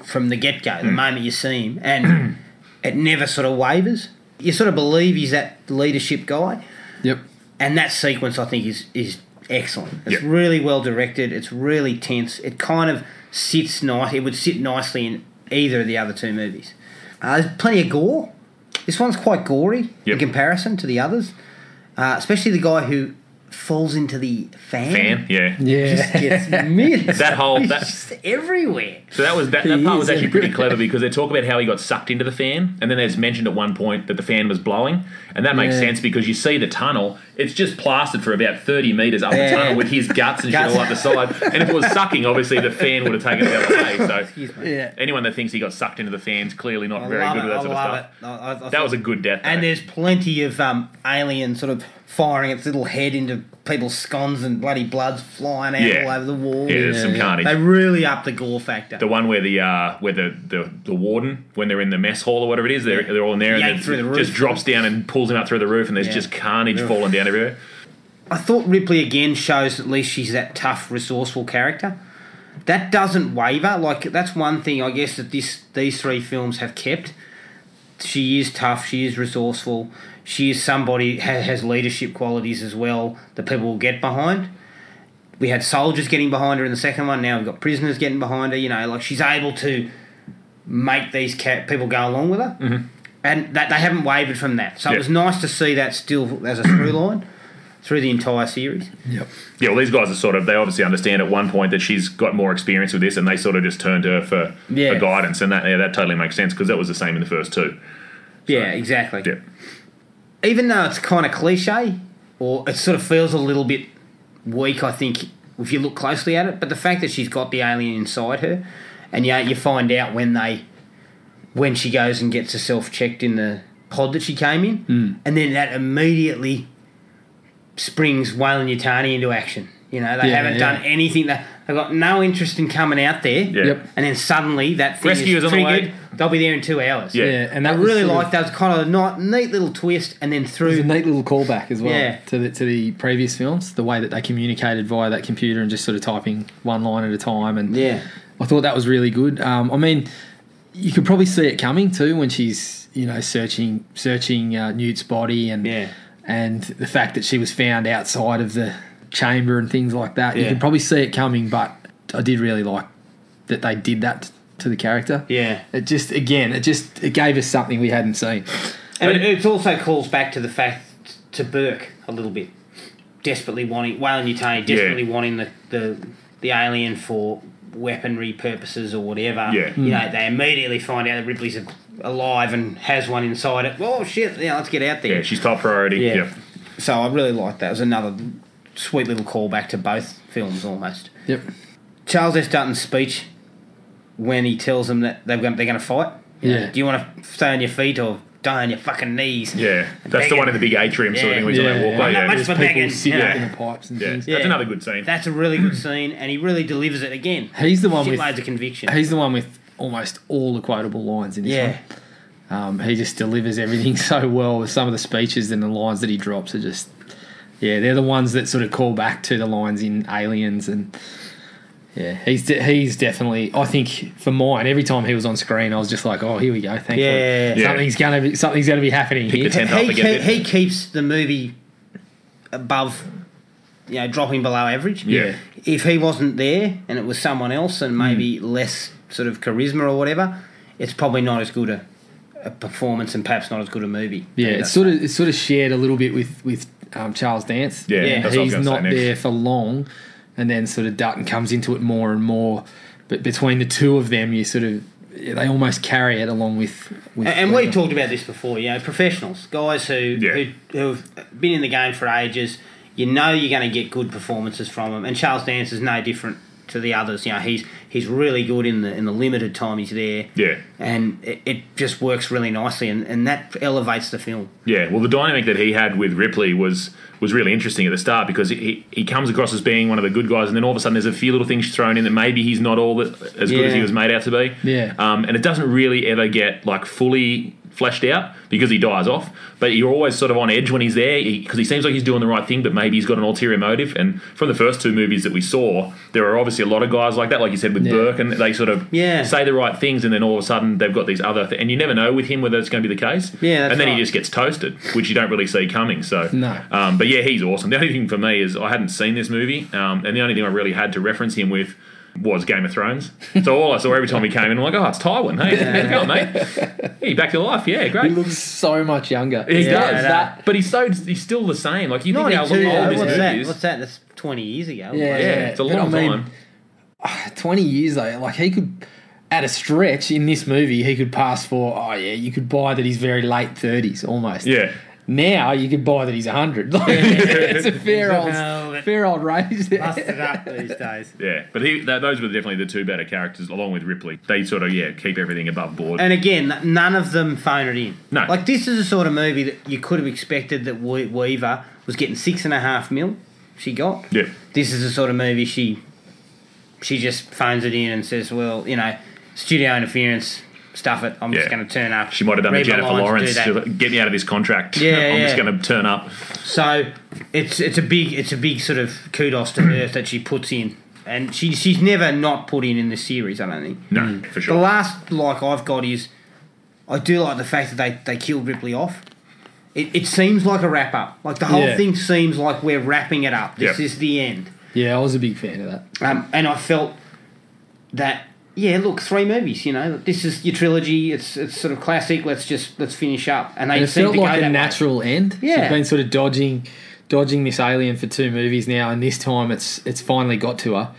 from the get go. The Hmm. moment you see him, and it never sort of wavers. You sort of believe he's that leadership guy. Yep. and that sequence I think is is excellent. It's Yeah. really well directed. It's really tense. It kind of sits nice. It would sit nicely in either of the other two movies. Uh, there's plenty of gore. This one's quite gory Yep. in comparison to the others, uh, especially the guy who falls into the fan. fan, yeah. Just Yeah. gets minced. That whole- He's that- just everywhere. So that was that, that part was He is actually a- pretty clever because they talk about how he got sucked into the fan, and then there's mentioned at one point that the fan was blowing, and that makes Yeah. sense because you see the tunnel; it's just plastered for about thirty meters up Yeah. the tunnel with his guts and Guts. shit all up the side. And if it was sucking, obviously the fan would have taken it the other way. So Yeah. anyone that thinks he got sucked into the fan's clearly not I very love good it. with that I sort of love stuff. it. I- I- I That thought- was a good death. And though. there's plenty of um, alien sort of firing its little head into people's scones and bloody bloods flying out Yeah. all over the wall. yeah, there's some Yeah. carnage. They really up the gore factor. the one where the uh, where the, the, the warden when they're in the mess hall or whatever it is they're, they're all in there Yank and through then the roof. just drops down and pulls him up through the roof and there's Yeah. just carnage falling down everywhere. I thought Ripley again shows at least she's that tough, resourceful character. That doesn't waver. Like that's one thing I guess that this these three films have kept. She is tough. She is resourceful. She is somebody ha- has leadership qualities as well that people will get behind. We had soldiers getting behind her in the second one. Now we've got prisoners getting behind her. You know, like she's able to make these ca- people go along with her, mm-hmm. and that they haven't wavered from that. So Yeah. it was nice to see that still as a through line through the entire series. Yep. Yeah, well, these guys are sort of, they obviously understand at one point that she's got more experience with this and they sort of just turned to her for, Yeah. for guidance. And that, yeah, that totally makes sense because that was the same in the first two. Yeah, exactly. Yeah. even though it's kind of cliche, or it sort of feels a little bit weak, I think, if you look closely at it, but the fact that she's got the alien inside her, and you, you find out when they, when she goes and gets herself checked in the pod that she came in, Hmm. and then that immediately springs Wayland Yutani into action. You know, they Yeah, haven't yeah. done anything, they, they've got no interest in coming out there. Yeah. Yep. And then suddenly that thing Rescue is is on the way. triggered. They'll be there in two hours. Yeah. Yeah, and I that was really sort of- like that. It's kind of a not, neat little twist, and then It was through. a neat little callback as well Yeah. to the to the previous films, the way that they communicated via that computer and just sort of typing one line at a time. And Yeah. I thought that was really good. Um, I mean, you could probably see it coming too when she's you know searching searching uh, Newt's body and Yeah. and the fact that she was found outside of the chamber and things like that. You Yeah. could probably see it coming, but I did really like that they did that t- to the character. Yeah. It just again, it just it gave us something we hadn't seen. And it, it also calls back to the fact to Burke a little bit. Desperately wanting, Wayland Yutani desperately wanting the, the, the alien for weaponry purposes or whatever. Yeah. You know, they immediately find out that Ripley's a- alive and has one inside it. Oh, shit, yeah, let's get out there. Yeah, she's top priority. Yeah. Yeah. so I really liked that. It was another sweet little callback to both films almost. Yep. Charles S. Dutton's speech when he tells them that they're going, they're going to fight. You know, Yeah. Do you want to stay on your feet or die on your fucking knees? Yeah. That's the Begging. one in the big atrium sort of thing where he's on that Not walkway. Yeah. much Yeah. for begging, sitting yeah. up in the pipes and things. That's Yeah. another good scene. That's a really good scene, and he really delivers it again. He's the one with- loads of conviction. He's the one with almost all the quotable lines in this yeah, one. Um, he just delivers everything so well with some of the speeches and the lines that he drops are just, yeah, they're the ones that sort of call back to the lines in Aliens and. Yeah, he's de- he's definitely. I think for mine, every time he was on screen, I was just like, "Oh, here we go! Thank Yeah. you. Yeah. something's gonna be something's gonna be happening Pick here." the tent up he, again. keep, he keeps the movie above, you know, dropping below average. Yeah. If he wasn't there and it was someone else Mm. and maybe less sort of charisma or whatever, it's probably not as good a, a performance and perhaps not as good a movie. Yeah, it's sort of it's sort of shared a little bit with with um, Charles Dance. Yeah, Yeah. that's what I was he's gonna say not next. there for long, and then sort of Dutton comes into it more and more. But between the two of them, you sort of yeah, they almost carry it along with. with And, and we've talked about this before, you know, professionals, guys who, Yeah. who who've been in the game for ages. You know, you're going to get good performances from them, and Charles Dance is no different to the others. You know, he's he's really good in the in the limited time he's there. Yeah. and it, it just works really nicely, and, and that elevates the film. Yeah, well, the dynamic that he had with Ripley was was really interesting at the start because he he comes across as being one of the good guys, and then all of a sudden there's a few little things thrown in that maybe he's not all that, as good as he Yeah. was made out to be. Yeah. um, and it doesn't really ever get like fully fleshed out because he dies off. But you're always sort of on edge when he's there because he, seems like he's doing the right thing, but maybe he's got an ulterior motive. And from the first two movies that we saw, there are obviously a lot of guys like that, like you said with Yeah. Burke, and they sort of Yeah. say the right things, and then all of a sudden they've got these other, th- and you never know with him whether it's going to be the case. Yeah, that's and then right. he just gets toasted, which you don't really see coming. So No. um, but yeah, he's awesome. The only thing for me is I hadn't seen this movie, um, and the only thing I really had to reference him with was Game of Thrones. So all I saw every time he came in, I'm like, oh, it's Tywin. Hey, how's it going, mate? Hey, back to life. Yeah, he great. looks so much younger. He Yeah, does uh, I know. that, but he's so he's still the same. Like you think how old Ninety-two. though, this What's movie that? is. What's that? That's twenty years ago. Yeah, yeah, it's a But long I mean, time. Twenty years though, like he could. At a stretch in this movie, he could pass for oh yeah, you could buy that he's very late thirties almost. Yeah, Now you could buy that he's hundred. Like, it's a fair No, old but- fair old range there. busted up these days. yeah. But he, th- those were definitely the two better characters, along with Ripley. They sort of yeah keep everything above board. And again, none of them phone it in. No. Like, this is the sort of movie that you could have expected that we- Weaver was getting six and a half mil. She got. Yeah. This is the sort of movie she she just phones it in and says, well, you know, studio interference, stuff it. I'm just Yeah. going to turn up. she might have done Read the my Jennifer lines, Lawrence. do that. She's like, Get me out of this contract. Yeah, I'm just yeah. going to turn up. So it's it's a big it's a big sort of kudos to her that she puts in, and she she's never not put in in this series. I don't think. No, for sure. Hmm. The last like I've got is I do like the fact that they, they killed Ripley off. It, it seems like a wrap up. Like the whole Yeah. thing seems like we're wrapping it up. This Yeah. is the end. Yeah, I was a big fan of that. Um, and I felt that yeah, look, three movies. You know, this is your trilogy. It's it's sort of classic. Let's just let's finish up. And they And it seem felt to go like that a way. natural end. Yeah. She's been sort of dodging dodging this alien for two movies now, and this time it's it's finally got to her.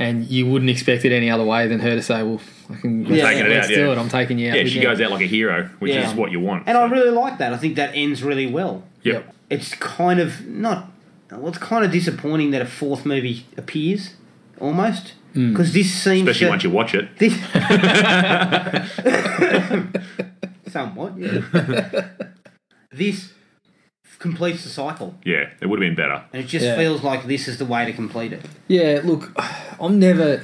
and you wouldn't expect it any other way than her to say, "Well, I can let's, taking it let's out, do yeah. it. I'm taking you out." Yeah, with she me." goes out like a hero, which Yeah. is what you want. And I really like that. I think that ends really well. Yep. Yep. It's kind of not. Well, it's kind of disappointing that a fourth movie appears, almost, Hmm. because this seems Especially to, once you watch it. This- Somewhat, yeah. this completes the cycle, Yeah, it would have been better. and it just Yeah. feels like this is the way to complete it. Yeah, look, I'm never.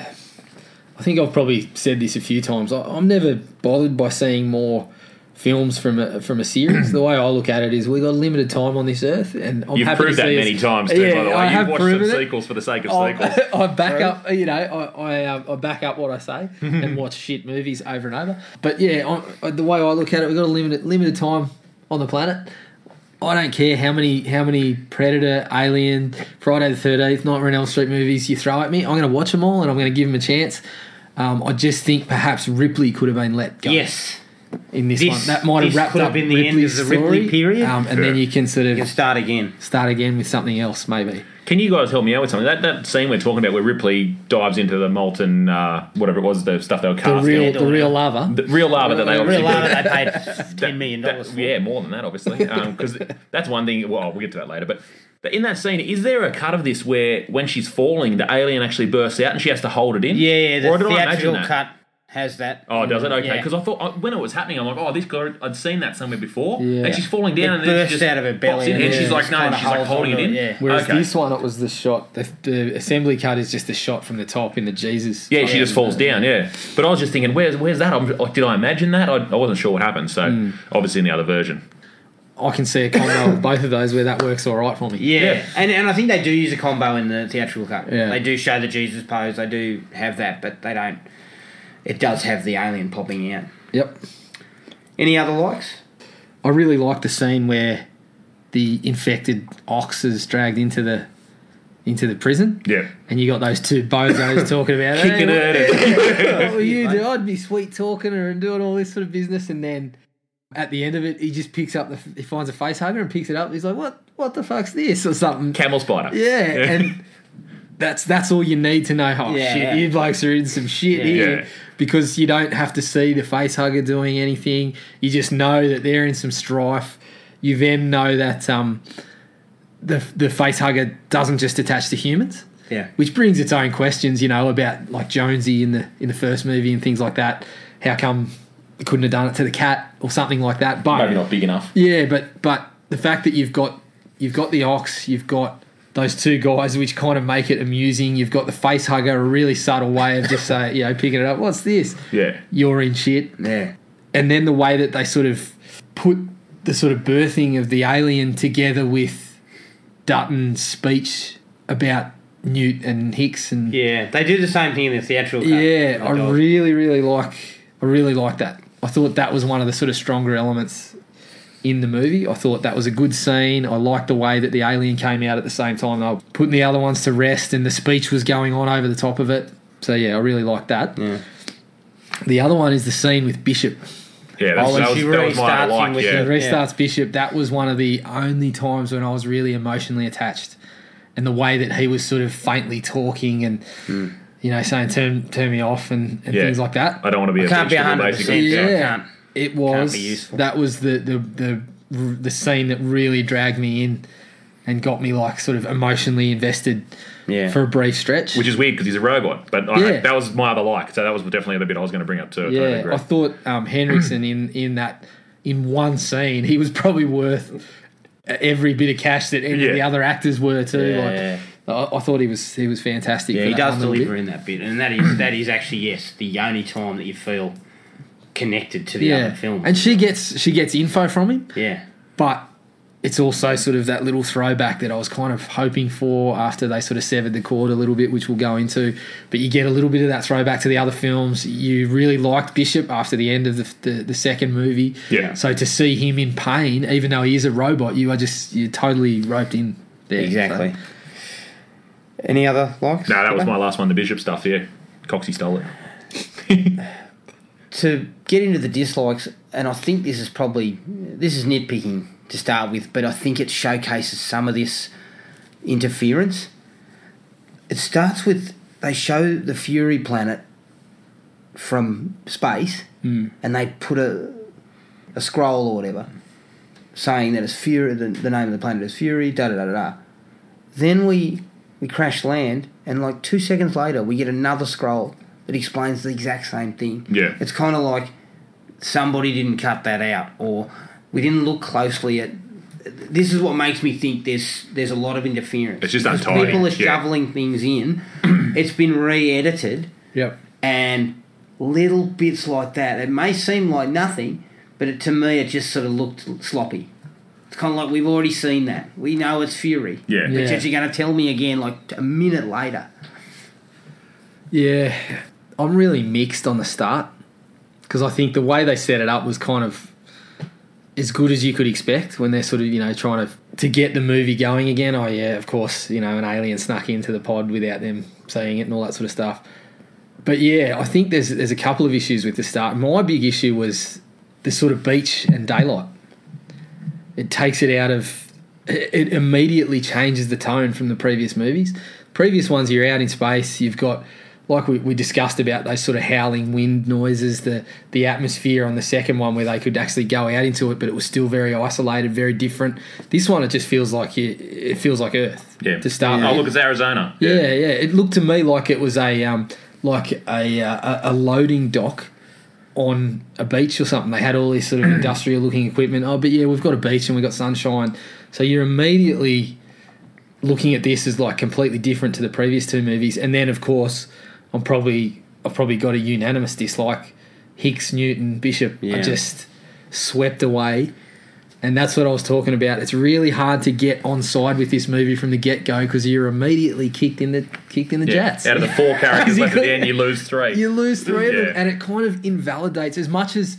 I think I've probably said this a few times. I- I'm never bothered by seeing more films from a, from a series. the way I look at it is, we got limited time on this earth, and I'm You've happy proved to that see us- many times, too, Yeah, by the way. I You've have watched some proven it. sequels for the sake of Oh. sequels. I, I back up, you know, I I, um, I back up what I say and watch shit movies over and over. But yeah, I, the way I look at it, we've got a limited limited time on the planet. I don't care how many how many Predator, Alien, Friday the Thirteenth, Nightmare on Elm Street movies you throw at me. I'm going to watch them all and I'm going to give them a chance. Um, I just think perhaps Ripley could have been let go Yes, in this, this- one. That might have this wrapped could have up been the end of Ripley's the Ripley story, period. um, and then Yeah. you can sort you can of start again. start again with something else, maybe. Can you guys help me out with something? That that scene we're talking about where Ripley dives into the molten, uh, whatever it was, the stuff they were The casting. real, out. the real lava. the real lava that they The obviously real lava did. they paid ten million That- dollars for. yeah, more than that, obviously, because that's one thing. Well, we'll get to that later. But in that scene, is there a cut of this where when she's falling, the alien actually bursts out and she has to hold it in? yeah, yeah. The or did I imagine theatrical that? cut has that. Oh, does it? Okay, Yeah. because I thought I, when it was happening, I'm like, oh, this girl, I'd seen that somewhere before, Yeah. and she's falling down It and then bursts she just out of her belly pops in, and and it she's just like, no, kinda she's like holds holding it onto in. it, yeah. Whereas Okay. this one, it was the shot. The, the assembly cut is just the shot from the top in the Jesus. Um, Yeah, she just falls down. Yeah, but I was just thinking, where's where's that? I'm, like, did I imagine that? I, I wasn't sure what happened. So Hmm. obviously in the other version, I can see a combo of both of those where that works all right for me. Yeah. Yeah. and and I think they do use a combo in the theatrical cut. Yeah. They do show the Jesus pose. They do have that, but they don't. It does have the alien popping out. Yep. Any other likes? I really like the scene where the infected ox is dragged into the into the prison, yeah, and you got those two bozos talking about it. kicking Hey, it. and- what, what will you do? I'd be sweet talking her and doing all this sort of business, and then at the end of it, he just picks up the he finds a face hugger and picks it up. He's like, "What? What the fuck's this?" or something. Camel spider. Yeah, and that's that's all you need to know. Oh Yeah. shit, you blokes are in some shit here Yeah. because you don't have to see the face hugger doing anything. You just know that they're in some strife. You then know that um, the the face hugger doesn't just attach to humans, Yeah. which brings its own questions. You know about like Jonesy in the in the first movie and things like that. How come they couldn't have done it to the cat or something like that? But maybe not big enough. yeah, but but the fact that you've got you've got the ox, you've got those two guys, which kind of make it amusing. You've got the face hugger, a really subtle way of just say, you know, picking it up. What's this? Yeah, You're in shit. Yeah. And then the way that they sort of put the sort of birthing of the alien together with Dutton's speech about Newt and Hicks and Yeah. They do the same thing in the theatrical cut. yeah, Like, I oh, really, really like. I really like that. I thought that was one of the sort of stronger elements in the movie. I thought that was a good scene. I liked the way that the alien came out at the same time. They were putting the other ones to rest, and the speech was going on over the top of it. So yeah, I really liked that. Yeah. The other one is the scene with Bishop. yeah. That's, Oh, and that, was, she that was mine. I restarts him liked. with Yeah, the- Restarts Bishop. That was one of the only times when I was really emotionally attached, and the way that he was sort of faintly talking and you know saying "turn turn me off" and, Hmm. and Yeah. things like that. I don't want to be. a Can't be vegetable, 100%. basically. Yeah. Yeah. can't- it was be useful. that was the the the the scene that really dragged me in and got me like sort of emotionally invested Yeah. for a brief stretch. Which is weird because he's a robot, but I, Yeah. that was my other like. So that was definitely the bit I was going to bring up too. I totally yeah, agree. I thought um, Henriksen in in that in one scene he was probably worth every bit of cash that any of Yeah. the other actors were too. Yeah. Like, I, I thought he was he was fantastic. yeah, for he that does one little deliver bit. in that bit, and that is that is actually yes the only time that you feel connected to the other Yeah, film. and she gets she gets info from him. yeah. but it's also sort of that little throwback that I was kind of hoping for after they sort of severed the cord a little bit, which we'll go into. But you get a little bit of that throwback to the other films. You really liked Bishop after the end of the, the, the second movie. Yeah. So to see him in pain, even though he is a robot, you are just, you're totally roped in there. Exactly. So- Any other likes? no, that was my last one. The bishop stuff. Yeah, Coxie stole it. to get into the dislikes, and I think this is probably this is nitpicking to start with, but I think it showcases some of this interference. It starts with they show the Fury planet from space, and they put a a scroll or whatever saying that it's Fury. The, the name of the planet is Fury. Da da da da. da. Then we we crash land, and like two seconds later, we get another scroll that explains the exact same thing. Yeah. it's kind of like somebody didn't cut that out, or we didn't look closely at. This is what makes me think there's there's a lot of interference. It's just Because untidy, People are yeah. shoveling things in. it's been re-edited Yep. and little bits like that. It may seem like nothing, but it, to me, it just sort of looked sloppy. It's kind of like we've already seen that. We know it's Fury. Yeah. But Yeah. yet you're going to tell me again like a minute later. Yeah, I'm really mixed on the start because I think the way they set it up was kind of as good as you could expect when they're sort of you know trying to to get the movie going again. Oh yeah, of course you know an alien snuck into the pod without them saying it and all that sort of stuff. But yeah, I think there's there's a couple of issues with the start. My big issue was the sort of beach and daylight. It takes it out of it it immediately changes the tone from the previous movies. Previous ones you're out in space, you've got like we, we discussed about those sort of howling wind noises, the the atmosphere on the second one where they could actually go out into it, but it was still very isolated, very different. This one it just feels like it, it feels like Earth Yeah. to start. Oh, with. look, it's Arizona. Yeah, yeah. It looked to me like it was a um, like a, uh, a a loading dock on a beach or something. They had all this sort of industrial looking equipment. Oh, but yeah, we've got a beach and we've got sunshine. So you're immediately looking at this as like completely different to the previous two movies. And then of course, I'm probably I've probably got a unanimous dislike. Hicks, Newton, Bishop Yeah. are just swept away. And that's what I was talking about. It's really hard to get on side with this movie from the get go because you're immediately kicked in the kicked in the Yeah. jets. Out of the four characters left at Basically. the end, you lose three. You lose three of Yeah. them, and it kind of invalidates. As much as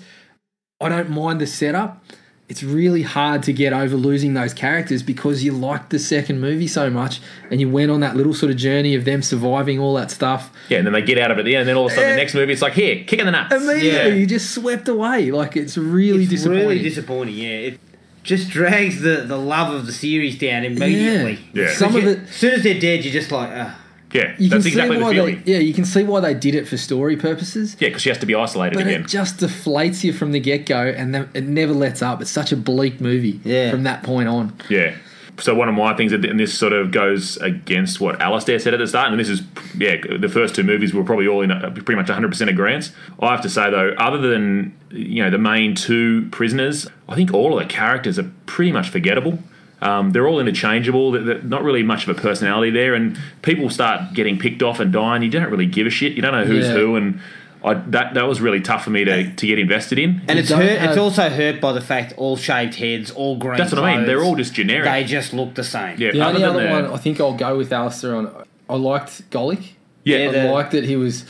I don't mind the setup, it's really hard to get over losing those characters because you liked the second movie so much, and you went on that little sort of journey of them surviving all that stuff. Yeah, and then they get out of it at the end, and then all of a sudden Eh. the next movie, it's like, here, kicking the nuts. Immediately, Yeah. you just swept away. Like it's really it's disappointing. really disappointing, yeah. It just drags the, the love of the series down immediately. Yeah. Some of it, As soon as they're dead, you're just like, ah. Yeah, you that's can exactly see the why feeling. they. Yeah, you can see why they did it for story purposes. Yeah, because she has to be isolated But again. it just deflates you from the get go, and then it never lets up. It's such a bleak movie Yeah. from that point on. Yeah. So one of my things, and this sort of goes against what Alistair said at the start, and this is, yeah, the first two movies were probably all in a, pretty much 100% agreement. I have to say, though, other than, you know, the main two prisoners, I think all of the characters are pretty much forgettable. Um, they're all interchangeable. Th- th- Not really much of a personality there, and people start getting picked off and dying. You don't really give a shit. You don't know who's Yeah. who, and I, that that was really tough for me to, to get invested in. And You it's don't hurt, have- it's also hurt by the fact all shaved heads, all green. That's what I mean. They're clothes, all just generic. They just look the same. yeah, The other only than other the- one I think I'll go with Alistair on. I liked Golic. yeah, Yeah, the- I the- liked that he was,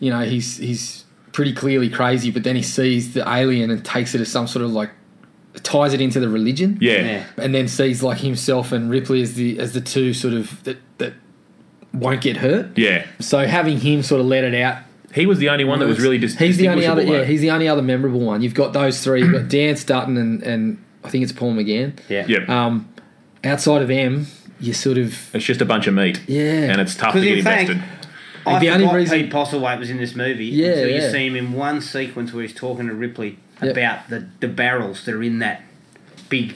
you know, he's he's pretty clearly crazy, but then he sees the alien and takes it as some sort of like ties it into the religion. yeah. Yeah. and then sees like himself and Ripley as the as the two sort of that that won't get hurt. Yeah, So having him sort of let it out he was the only one that was really just. he's the only other distinguishable, yeah though. he's the only other memorable one. You've got those three. You've got Dan Stutton and and I think it's Paul McGann. Yeah. Yep. Um, outside of them, you sort of it's just a bunch of meat. Yeah. and it's tough to 'Cause get in fact- invested. I The the only forgot reason- Pete Postlewaite was in this movie Yeah, until yeah. you see him in one sequence where he's talking to Ripley Yep. about the, the barrels that are in that big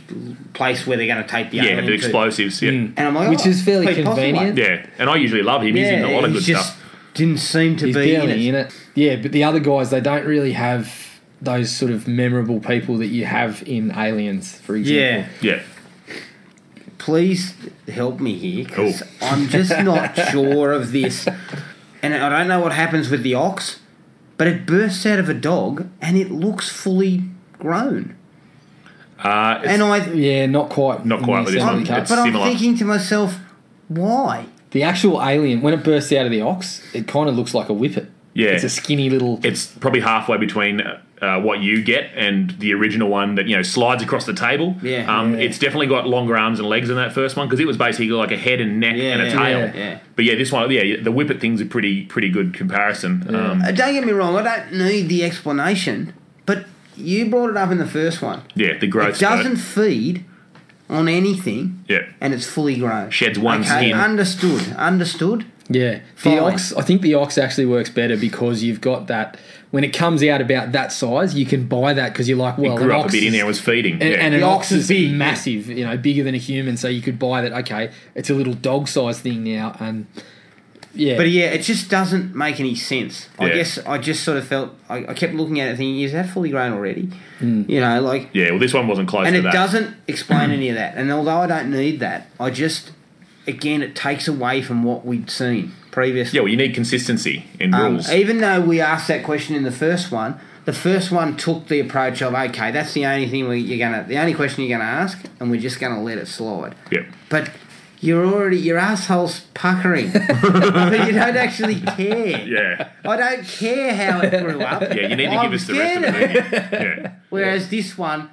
place where they're going to take the yeah, alien the to. explosives. Yeah, And I'm like, Which "Oh, is fairly Pete Postlewaite." convenient. yeah, and I usually love him. He's in a lot of he good just stuff. Didn't seem to he's be in barely it. in it. Yeah, but the other guys they don't really have those sort of memorable people that you have in Aliens, for Yeah, example. Yeah, please help me here because Cool. I'm just not sure of this, and I don't know what happens with the ox, but it bursts out of a dog and it looks fully grown. uh, it's- And I Yeah, not quite. Not quite with this Second one. cut. It's- But similar. I'm thinking to myself, why? the actual alien when it bursts out of the ox, it kind of looks like a whippet. Yeah. it's a skinny little. it's probably halfway between uh, what you get and the original one that you know slides across the table. Yeah. um, Yeah. it's definitely got longer arms and legs than that first one because it was basically like a head and neck Yeah, and a yeah, tail. yeah, yeah. But yeah, this one, yeah, the whippet thing's a pretty pretty good comparison. Um, Uh, Don't get me wrong, I don't need the explanation, but you brought it up in the first one. yeah, the growth It doesn't feed on anything, Yeah. and it's fully grown. Sheds one okay, skin. Understood, understood. Yeah, the Fine. ox. I think the ox actually works better because you've got that when it comes out about that size, you can buy that because you're like, well, It grew an up a ox bit in is- there and was feeding. and, yeah. and an The ox ox is is big. massive, you know, bigger than a human, so you could buy that. Okay, it's a little dog size thing now, and yeah, But yeah, it just doesn't make any sense. I Yeah. guess I just sort of felt I, I kept looking at it thinking, is that fully grown already? You know, like yeah, well, this one wasn't close and to it that. doesn't explain any of that. And although I don't need that, I just again it takes away from what we'd seen previously. Yeah, well, you need consistency in Um, rules. even though we asked that question in the first one, the first one took the approach of okay, that's the only thing we, you're gonna, the only question you're gonna ask, and we're just gonna let it slide. Yep. But you're already your asshole's puckering, but you don't actually care. Yeah. I don't care how it grew up. Yeah, you need to I'm give us the rest of the scared movie. Yeah. Whereas this one,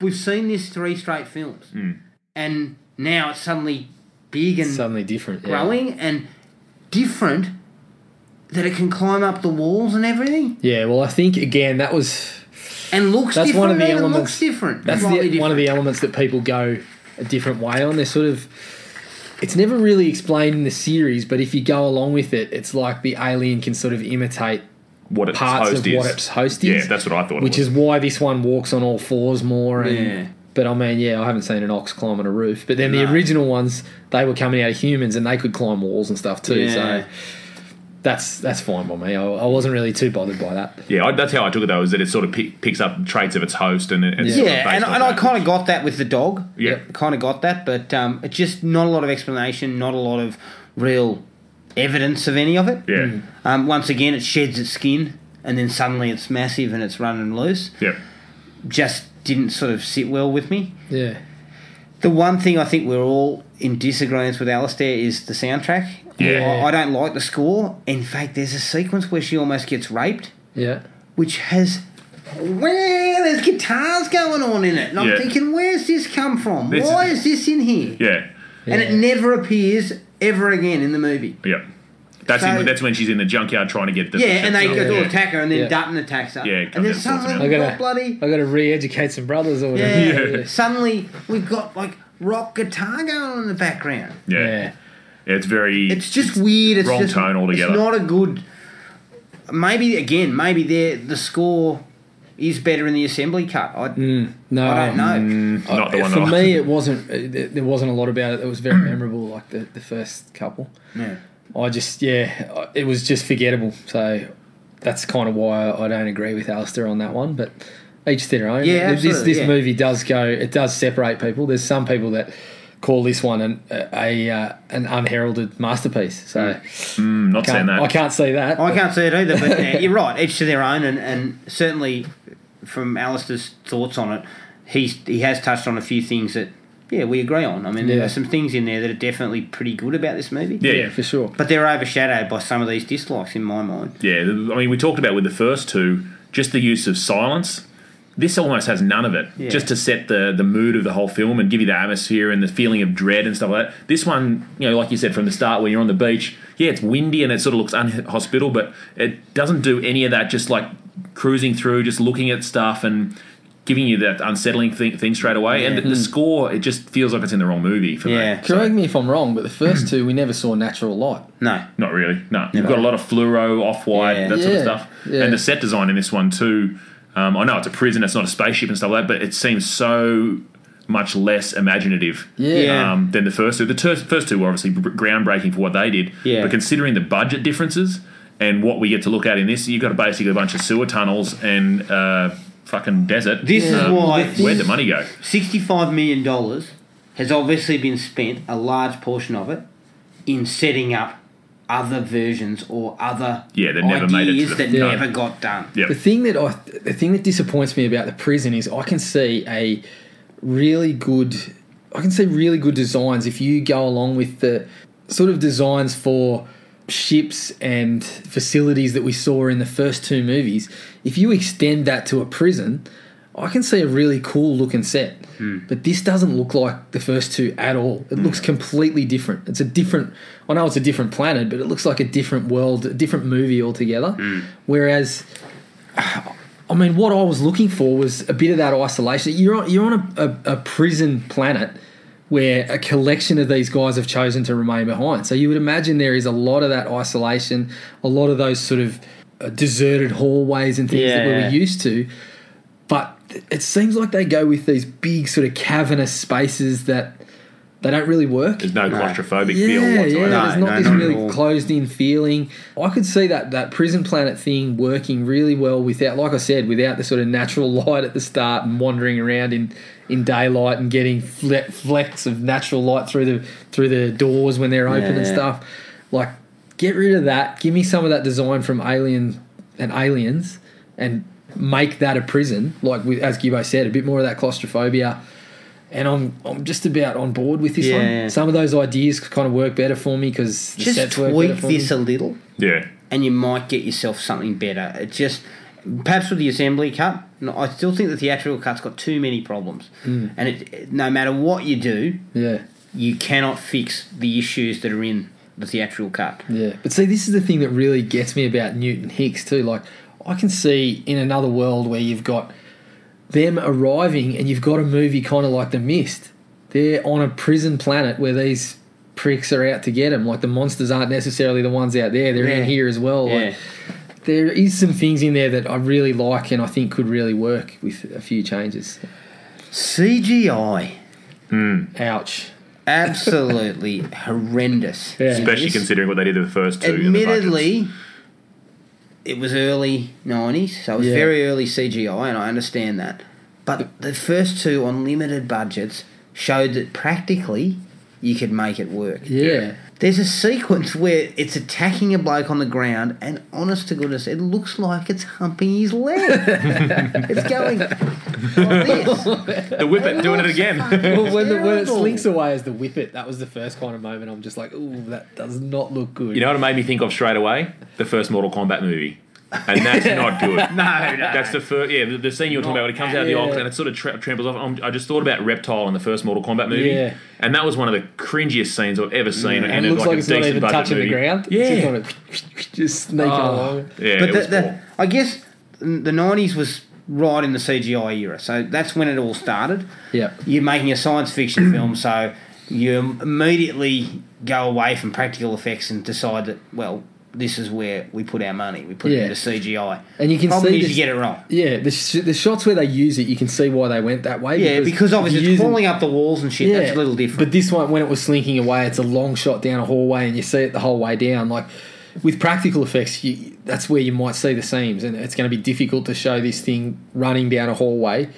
we've seen this three straight films, Hmm. and now it's suddenly big and suddenly different. yeah. growing and different that it can climb up the walls and everything Yeah. well, I think again that was and looks That's different one of the man, it elements- looks different that's the, Slightly different. one of the elements that people go a different way on. They're sort of it's never really explained in the series, but if you go along with it, it's like the alien can sort of imitate What its parts host of is. what its host Yeah, is. that's what I thought it Which was. is why this one walks on all fours more. And, Yeah. But I mean, yeah, I haven't seen an ox climb on a roof. But then the original ones, they were coming out of humans and they could climb walls and stuff too. Yeah. So that's that's fine by me. I, I wasn't really too bothered by that. Yeah, I, that's how I took it though. Is that it sort of pick, picks up traits of its host and, and Yeah. sort of yeah, based and, on and I that. kind of got that with the dog. Yeah. kind of got that, but um, it's just not a lot of explanation, not a lot of real evidence of any of it. yeah, Um, once again, it sheds its skin, and then suddenly it's massive and it's running loose. yeah, Just didn't sort of sit well with me. Yeah. The one thing I think we're all in disagreements with Alistair is the soundtrack. Yeah. I, I don't like the score. In fact, there's a sequence where she almost gets raped, Yeah. which has. Well, there's guitars going on in it. And I'm Yeah. thinking, where's this come from? This Why is- is this in here? yeah, And it never appears ever again in the movie. yeah. That's So- in, that's when she's in the junkyard trying to get the Yeah, and they go to yeah. attack her, and then Yeah. Dutton attacks her. Yeah, and goddamn then sorts suddenly them I we've got gotta, bloody. I gotta re-educate some brothers or whatever. Yeah. Yeah. Suddenly we've got like rock guitar going on in the background. Yeah. Yeah. it's very It's just weird. It's wrong just, tone altogether. It's not a good. Maybe again, maybe the the score is better in the assembly cut. I, No, I Mm. don't know. not the one for that I, me, it wasn't. uh, th- There wasn't a lot about it that was very memorable, like the, the first couple. Mm. Yeah. I just, yeah, I- it was just forgettable. So that's kind of why I don't agree with Alistair on that one. But each to their own. Yeah, This- this absolutely, this yeah. movie does go. It does separate people. There's some people that call this one an a, uh, an unheralded masterpiece. So I'm mm, not saying can't, that. I can't say that. I can't see it either, but uh, you're right. Each to their own, and, and certainly from Alistair's thoughts on it, he's he has touched on a few things that yeah we agree on. I mean, Yeah. there are some things in there that are definitely pretty good about this movie. yeah, Yeah, yeah, for sure. But they're overshadowed by some of these dislikes in my mind. yeah. I mean, we talked about with the first two just the use of silence. This almost has none of it, Yeah. just to set the the mood of the whole film and give you the atmosphere and the feeling of dread and stuff like that. This one, you know, like you said from the start, when you're on the beach, yeah, it's windy and it sort of looks unhospitable, but it doesn't do any of that. Just like cruising through, just looking at stuff and giving you that unsettling thing, thing straight away. And the, the score, it just feels like it's in the wrong movie for Yeah. me. So- Correct me if I'm wrong, but the first two we never saw natural light. No, Not really. No, you've got a lot of fluoro, off white, Yeah. that sort Yeah, of stuff, yeah. and the set design in this one too. Um, I know it's a prison, it's not a spaceship and stuff like that, but it seems so much less imaginative Yeah. um, than the first two. The ter- first two were obviously b- groundbreaking for what they did, Yeah. but considering the budget differences and what we get to look at in this, you've got basically a bunch of sewer tunnels and uh, fucking desert. this is Um, why where'd the money go? 65 million dollars has obviously been spent a large portion of it in setting up other versions or other Yeah, that never ideas made it to the- that no. never got done Yep. The thing that I, the thing that disappoints me about the prison is I can see a really good, I can see really good designs if you go along with the sort of designs for ships and facilities that we saw in the first two movies. If you extend that to a prison, I can see a really cool looking set. But this doesn't look like the first two at all. It looks completely different. It's a different. I know it's a different planet, but it looks like a different world, a different movie altogether. Whereas I mean, what I was looking for was a bit of that isolation. You're on, you're on a, a, a prison planet where a collection of these guys have chosen to remain behind. So you would imagine there is a lot of that isolation, a lot of those sort of uh, deserted hallways and things that we Yeah. were used to. But it seems like they go with these big sort of cavernous spaces that they don't really work. There's no claustrophobic Yeah, feel yeah. whatsoever. There's not No, this not at really all. closed-in feeling. I could see that that prison planet thing working really well without, like I said, without the sort of natural light at the start and wandering around in in daylight and getting fle- flecks of natural light through the through the doors when they're open and yeah. stuff. Like, get rid of that. Give me some of that design from Alien and Aliens, and make that a prison. Like we, as Gibbo said, a bit more of that claustrophobia. And I'm I'm just about on board with this Yeah, one. yeah. Some of those ideas kind of work better for me because the Just sets work better tweak for me. this a little, Yeah. and you might get yourself something better. It just perhaps with the assembly cut. No, I still think the theatrical cut's got too many problems, and it, no matter what you do, Yeah, you cannot fix the issues that are in the theatrical cut. yeah. But see, this is the thing that really gets me about Newton Hicks too. Like, I can see in another world where you've got them arriving and you've got a movie kind of like The Mist. They're on a prison planet where these pricks are out to get them. Like the monsters aren't necessarily the ones out there; they're in Yeah. here as well. Yeah. Like, there is some things in there that I really like and I think could really work with a few changes. CGI. Ouch. Absolutely horrendous. Yeah. Especially Yes. considering what they did to the first two. in the budgets. Admittedly, it was early 90s, so it was Yeah. very early CGI, and I understand that. But the first two on limited budgets showed that practically you could make it work. Yeah. There's a sequence where it's attacking a bloke on the ground, and honest to goodness, it looks like it's humping his leg. it's going like this. the whippet doing it again. Well, when, the, when it Terrible. slinks away as the whippet, that was the first kind of moment I'm just like, ooh, that does not look good. you know what it made me think of straight away? The first Mortal Kombat movie. And that's not good. no, That's the first, yeah, the, the scene you were talking about when it comes out of the Yeah. ox and it sort of tra- tramples off. Um, i I just thought about Reptile in the first Mortal Kombat movie. Yeah. And that was one of the cringiest scenes I've ever seen. and it looks was like, it's not decent even budget touching movie. the ground. Yeah. It's just, kind of just sneaking Ah. along. yeah but it the, was the, poor. I guess the nineties was right in the CGI era, so that's when it all started. Yeah. you're making a science fiction film, so you immediately go away from practical effects and decide that well, this is where we put our money. We put it Yeah. into CGI, And you can problem see is this- you get it wrong. Yeah, the, sh- the shots where they use it, you can see why they went that way. Yeah, because obviously it's using- crawling up the walls and shit. That's a little different. But this one, when it was slinking away, it's a long shot down a hallway, and you see it the whole way down. Like with practical effects, you, that's where you might see the seams, and it's going to be difficult to show this thing running down a hallway.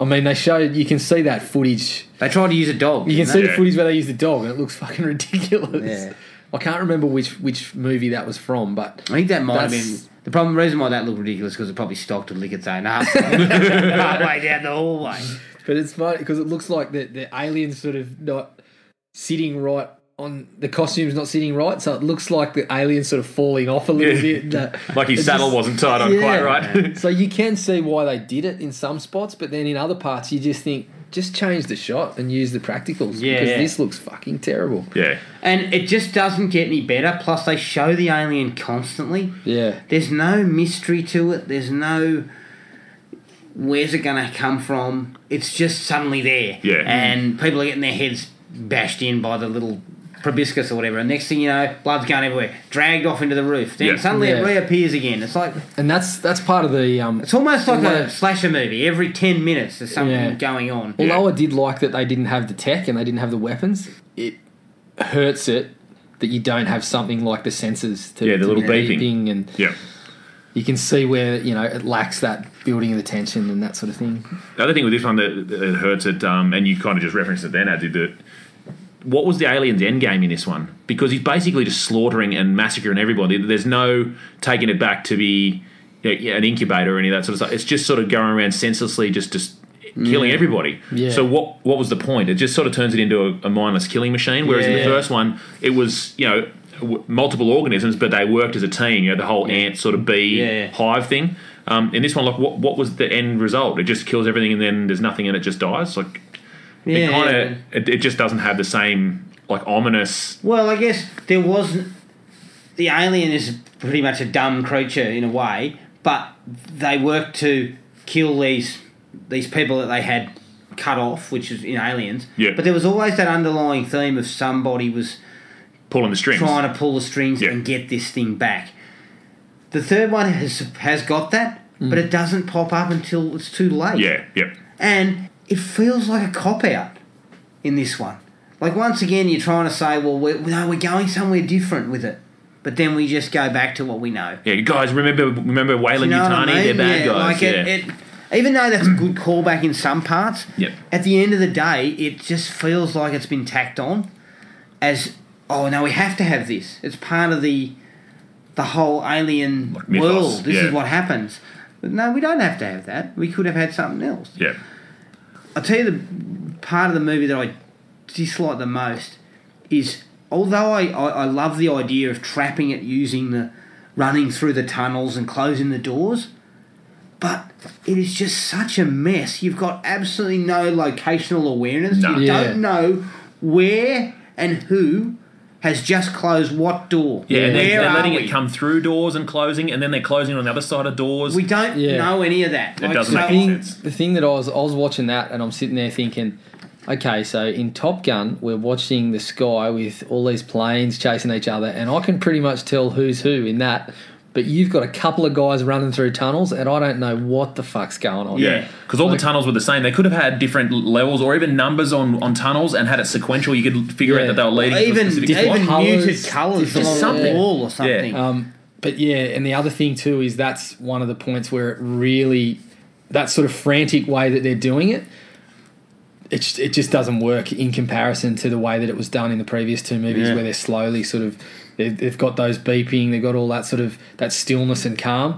I mean, they showed you can see that footage. they tried to use a dog. You can didn't see they? the footage where they use the dog, and it looks fucking ridiculous. Yeah. I can't remember which which movie that was from, but I think that might have been That's- the problem. The reason why that looked ridiculous because it probably stocked a its own ass halfway down the hallway. But it's funny because it looks like the, the alien's sort of not sitting right on the costume's not sitting right, so it looks like the alien's sort of falling off a little Yeah. bit. That- Like his it saddle just- wasn't tied on quite Yeah. right. so you can see why they did it in some spots, but then in other parts you just think just change the shot and use the practicals Yeah, because yeah. this looks fucking terrible. yeah. And it just doesn't get any better. Plus, they show the alien constantly. Yeah. There's no mystery to it. There's no where's it going to come from. It's just suddenly there. Yeah. And people are getting their heads bashed in by the little proboscis or whatever. And next thing you know, blood's going everywhere, dragged off into the roof. Then Yeah. suddenly it Yeah. reappears again. It's like And that's that's part of the um it's almost like Yeah. a slasher movie. Every ten minutes, there's something Yeah. going on. Although I did like that they didn't have the tech and they didn't have the weapons, it hurts it that you don't have something like the sensors to Yeah, the to little beeping. and Yeah. you can see where you know it lacks that building of the tension and that sort of thing. The other thing with this one that, that hurts it, um, and you kind of just referenced it then, I did that. What was the alien's end game in this one? Because he's basically just slaughtering and massacring everybody. There's no taking it back to be you know, yeah, an incubator or any of that sort of stuff. It's just sort of going around senselessly, just just killing everybody. Yeah. So what what was the point? It just sort of turns it into a, a mindless killing machine. Whereas in the Yeah. first one, it was you know w- multiple organisms, but they worked as a team. You know the whole ant sort of bee Yeah. hive thing. Um, in this one, like, what what was the end result? It just kills everything, and then there's nothing, and it just dies. Like, it kind of it, it just doesn't have the same like ominous. Well, I guess there wasn't. The alien is pretty much a dumb creature in a way, but they worked to kill these these people that they had cut off, which is in Aliens. Yeah. But there was always that underlying theme of somebody was pulling the strings. trying to pull the strings Yeah. and get this thing back. The third one has has got that, but it doesn't pop up until it's too late. yeah, yeah, And it feels like a cop out in this one. Like, once again, you're trying to say, well, we're, no, we're going somewhere different with it. But then we just go back to what we know. yeah. Guys, remember remember Wayland You know what I Utani? mean? They're bad Yeah, guys. Like yeah. it, it, even though that's a good callback in some parts, Yep. at the end of the day, it just feels like it's been tacked on as, oh, no, we have to have this. It's part of the the whole alien mythos, world. This yeah. is what happens. But no, we don't have to have that. We could have had something else. yeah. I'll tell you the part of the movie that I dislike the most is although I, I, I love the idea of trapping it using the running through the tunnels and closing the doors, but it is just such a mess. You've got absolutely no locational awareness. No. You Yeah. don't know where and who has just closed what door. Yeah, and where they're, they're are letting we? it come through doors and closing, and then they're closing on the other side of doors. We don't Yeah. know any of that. It doesn't make so- any thing- sense. the thing that I was I was watching that and I'm sitting there thinking, okay, so in Top Gun we're watching the sky with all these planes chasing each other, and I can pretty much tell who's who in that. But you've got a couple of guys running through tunnels, and I don't know what the fuck's going on. yeah, because all the tunnels were the same. They could have had different l- levels or even numbers on, on tunnels and had it sequential. You could figure Yeah. out that they were leading to a Even, specific different even spot. colours, muted colours different- along Something. the wall or something. Um, but yeah, and the other thing too is that's one of the points where it really that sort of frantic way that they're doing it. It, just- it just doesn't work in comparison to the way that it was done in the previous two movies, Yeah. where they're slowly sort of they've, they've got those beeping, they've got all that sort of that stillness and calm.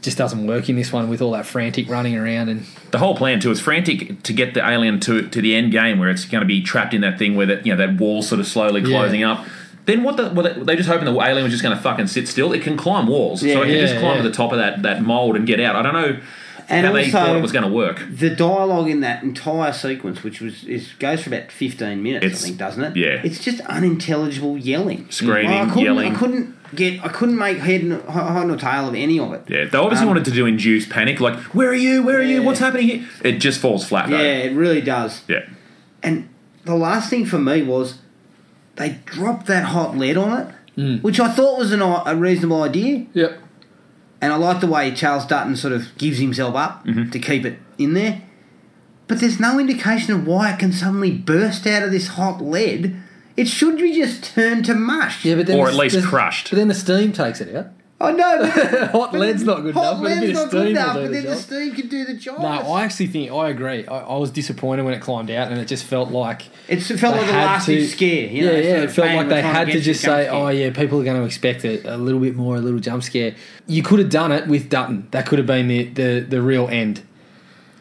Just doesn't work in this one with all that frantic running around and The whole plan too is frantic to get the alien to to the end game where it's going to be trapped in that thing where that you know that wall sort of slowly Yeah. closing up. Then what? The, what the, they just hoping the alien was just going to fucking sit still. It can climb walls, so it can Yeah, just climb yeah. to the top of that that mold and get out. I don't know And how they also- thought it was going to work. the dialogue in that entire sequence, which was is goes for about fifteen minutes, It's- I think, doesn't it? yeah. It's just unintelligible yelling, Screaming, I couldn't, yelling. I couldn't get, I couldn't make head, n- h- hide nor tail of any of it. Yeah, they obviously Um, wanted to do induce panic. Like, where are you? Where are you? What's happening here? It just falls flat. Yeah, Though. it really does. Yeah. And the last thing for me was they dropped that hot lead on it, Hmm. which I thought was an, i- a reasonable idea. yep. And I like the way Charles Dutton sort of gives himself up Mm-hmm. to keep it in there. But there's no indication of why it can suddenly burst out of this hot lead. It should be just turned to mush. Yeah, but then Or the- at least the- crushed. But then the steam takes it out. I know, but Hot lead's not good hot enough. but a bit lead's of not steam good will enough, do but the then the job. steam can do the job. No, I actually think I agree. I, I was disappointed when it climbed out, and it just felt like It felt they like the had last big scare. You know, yeah, yeah. sort It of felt bang, like we're they trying had get to you just jump say, scare. "Oh yeah, people are going to expect it a little bit more, a little jump scare." You could have done it with Dutton. That could have been the the, the real end.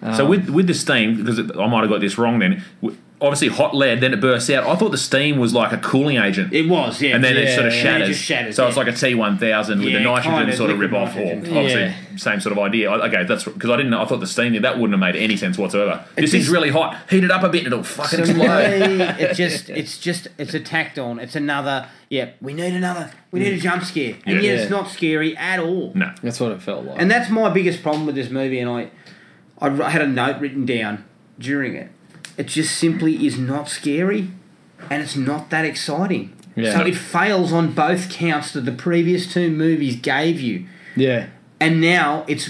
So Uh-huh. with with the steam, because it, I might have got this wrong. Then w- obviously hot lead, then it bursts out. I thought the steam was like a cooling agent, It was, yeah. and then Yeah, it sort of yeah. shatters. It just shatters, so it's yeah. like a T one thousand with Yeah, the nitrogen kind of sort of rip liquid off. Or nitrogen. obviously Yeah. same sort of idea. I- Okay, that's because I didn't. know I thought the steam that wouldn't have made any sense whatsoever. This is just- really hot. Heat it up a bit, and it'll fucking To me, explode. it just it's just it's a tacked on. It's another yeah, we need another we need a jump scare. And yet Yeah. Mm. Yeah. it's not scary at all. no. That's what it felt like. And that's my biggest problem with this movie. And I, I wr- had a note written down during it. It just simply is not scary, and it's not that exciting. Yeah. So it fails on both counts that the previous two movies gave you. yeah, And now it's,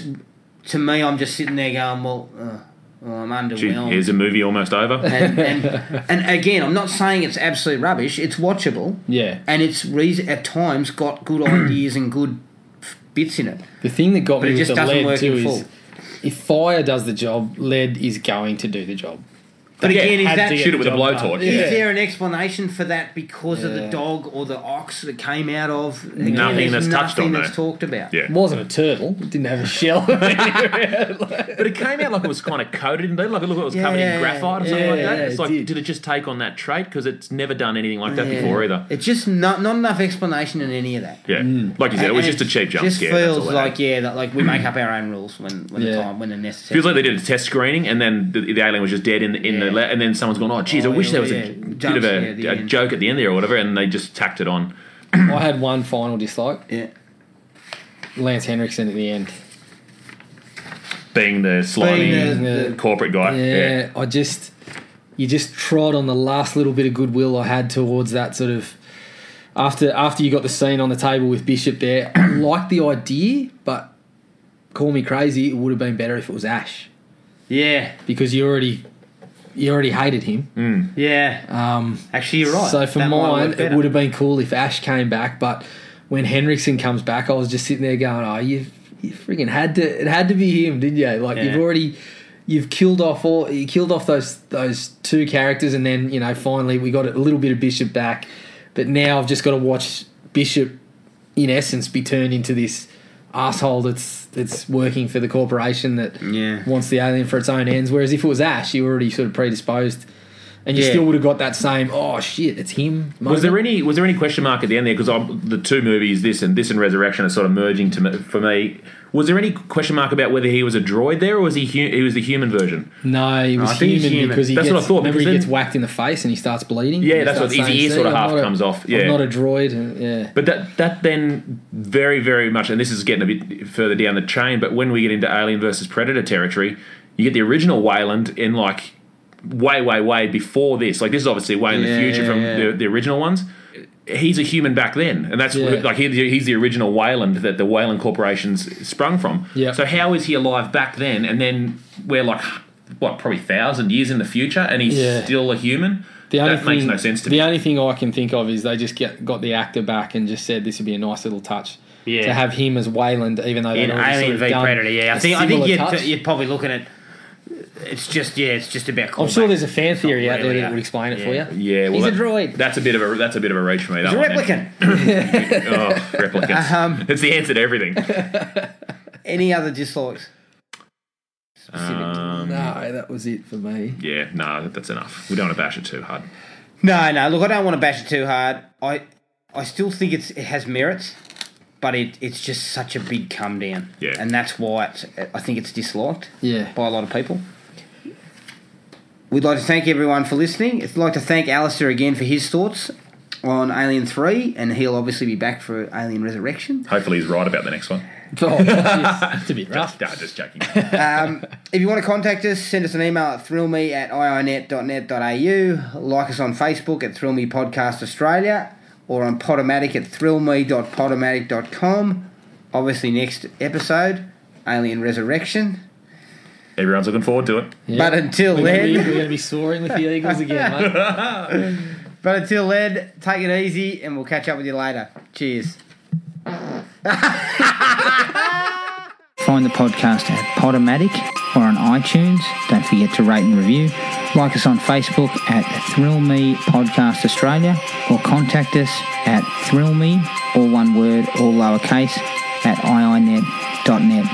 to me, I'm just sitting there going, well, uh, well I'm Gee, underwhelmed. Is the movie almost over? and, and, and again, I'm not saying it's absolute rubbish. It's watchable, yeah. and it's reas at times got good ideas and good f- bits in it. The thing that got But me it with just the doesn't lead work in too full. is if fire does the job, lead is going to do the job. But Yeah, again, is had that to get Shoot it with a the job done. blowtorch. Yeah. Is there an explanation for that because of the Yeah. dog or the ox that came out of? Again, Nothing there's that's touched nothing on that's that. talked about. Yeah. It wasn't a turtle. It didn't have a shell. But it came out like it was kind of coated in there, like it looked like it was Yeah, covered yeah, in graphite or yeah. something like Yeah, that. yeah, it's it like, did. did. it just take on that trait? Because it's never done anything like that Yeah. before either. It's just not not enough explanation in any of that. Yeah, like you said, it was Mm. And just a cheap jump just scare. that's feels all it like had. yeah, that like we make up our own rules when when Yeah. the time when they're necessary. feels like they did a test screening and then the, the alien was just dead in the, in the Yeah. la- and then someone's gone, oh, geez, Oh, I wish yeah, there was yeah. a bit Jump of scare at the a, a end. joke at the end there or whatever, and they just tacked it on. I had one final dislike. yeah. Lance Henriksen at the end. being the slimy Being the- the- corporate guy. Yeah, I just you just trod on the last little bit of goodwill I had towards that sort of after after you got the scene on the table with Bishop there. I liked the idea, but call me crazy, it would have been better if it was Ash Yeah, because you already you already hated him. yeah. Um, Actually, you're right. So for That might've mine, worked it better. would have been cool if Ash came back, but when Henriksen comes back, I was just sitting there going, "Oh, you, you freaking had to! It had to be him, didn't you? Like Yeah. you've already." You've killed off all. You killed off those those two characters, and then you know finally we got a little bit of Bishop back, but now I've just got to watch Bishop, in essence, be turned into this asshole that's that's working for the corporation that Yeah. wants the alien for its own ends. Whereas if it was Ash, you were already sort of predisposed, and you Yeah. still would have got that same oh shit, it's him. Was moment. there any was there any question mark at the end there? Because the two movies, this and this and Resurrection, are sort of merging to me, for me. Was there any question mark about whether he was a droid there, or was he hu- he was the human version? No, he was I think he's human, human. because he That's gets, what I thought, Remember, he because gets then- whacked in the face and he starts bleeding. Yeah, He that's starts what- his saying, ear "See, sort of I'm half not a- comes off, yeah. I'm not a droid. and- Yeah, But that that then very very much, and this is getting a bit further down the chain. But when we get into Alien versus Predator territory, you get the original Wayland in like way way way before this. Like this is obviously way in the Yeah, future from yeah, the, the original ones. He's a human back then, and that's Yeah. like he, he's the original Wayland that the Wayland Corporation's sprung from. Yeah. So how is he alive back then? And then we're like what probably thousand years in the future, and he's Yeah. still a human. the only that makes thing- no sense to The me. only thing I can think of is they just get got the actor back and just said this would be a nice little touch. Yeah. To have him as Wayland, even though in they'd already Alien sort of v done Predator. Yeah, I a think I think similar you're, touch. you're probably looking at. It's just yeah, it's just about. I'm sure there's a fan theory out there really, that would explain it for yeah. you. Yeah, well, He's a that- droid. That's a bit of a that's a bit of a reach for me. That It's a one, then. replicant. Oh, replicants. Um, it's the answer to everything. Any other dislikes? Specific. Uh, No, that was it for me. Yeah, no, that's enough. We don't want to bash it too hard. no, no. Look, I don't want to bash it too hard. I, I still think it's it has merits, but it it's just such a big come down. Yeah. and that's why it's, I think it's disliked. Yeah. by a lot of people. We'd like to thank everyone for listening. I'd like to thank Alistair again for his thoughts on Alien 3, and he'll obviously be back for Alien Resurrection. Hopefully, he's right about the next one. Oh, jeez. it's a bit rough. Nah, just joking. If you want to contact us, send us an email at thrillme at iinet.net.au. Like us on Facebook at Thrill Me Podcast Australia or on Podomatic at thrillme.podomatic.com. Obviously, next episode, Alien Resurrection. Everyone's looking forward to it. Yeah. But until we're gonna be- then, we're going to be soaring with the Eagles again, mate. but until then, take it easy and we'll catch up with you later. Cheers. Find the podcast at Podomatic or on iTunes. Don't forget to rate and review. Like us on Facebook at Thrill Me Podcast Australia or contact us at Thrill Me, all one word, all lowercase, at iinet.net.au.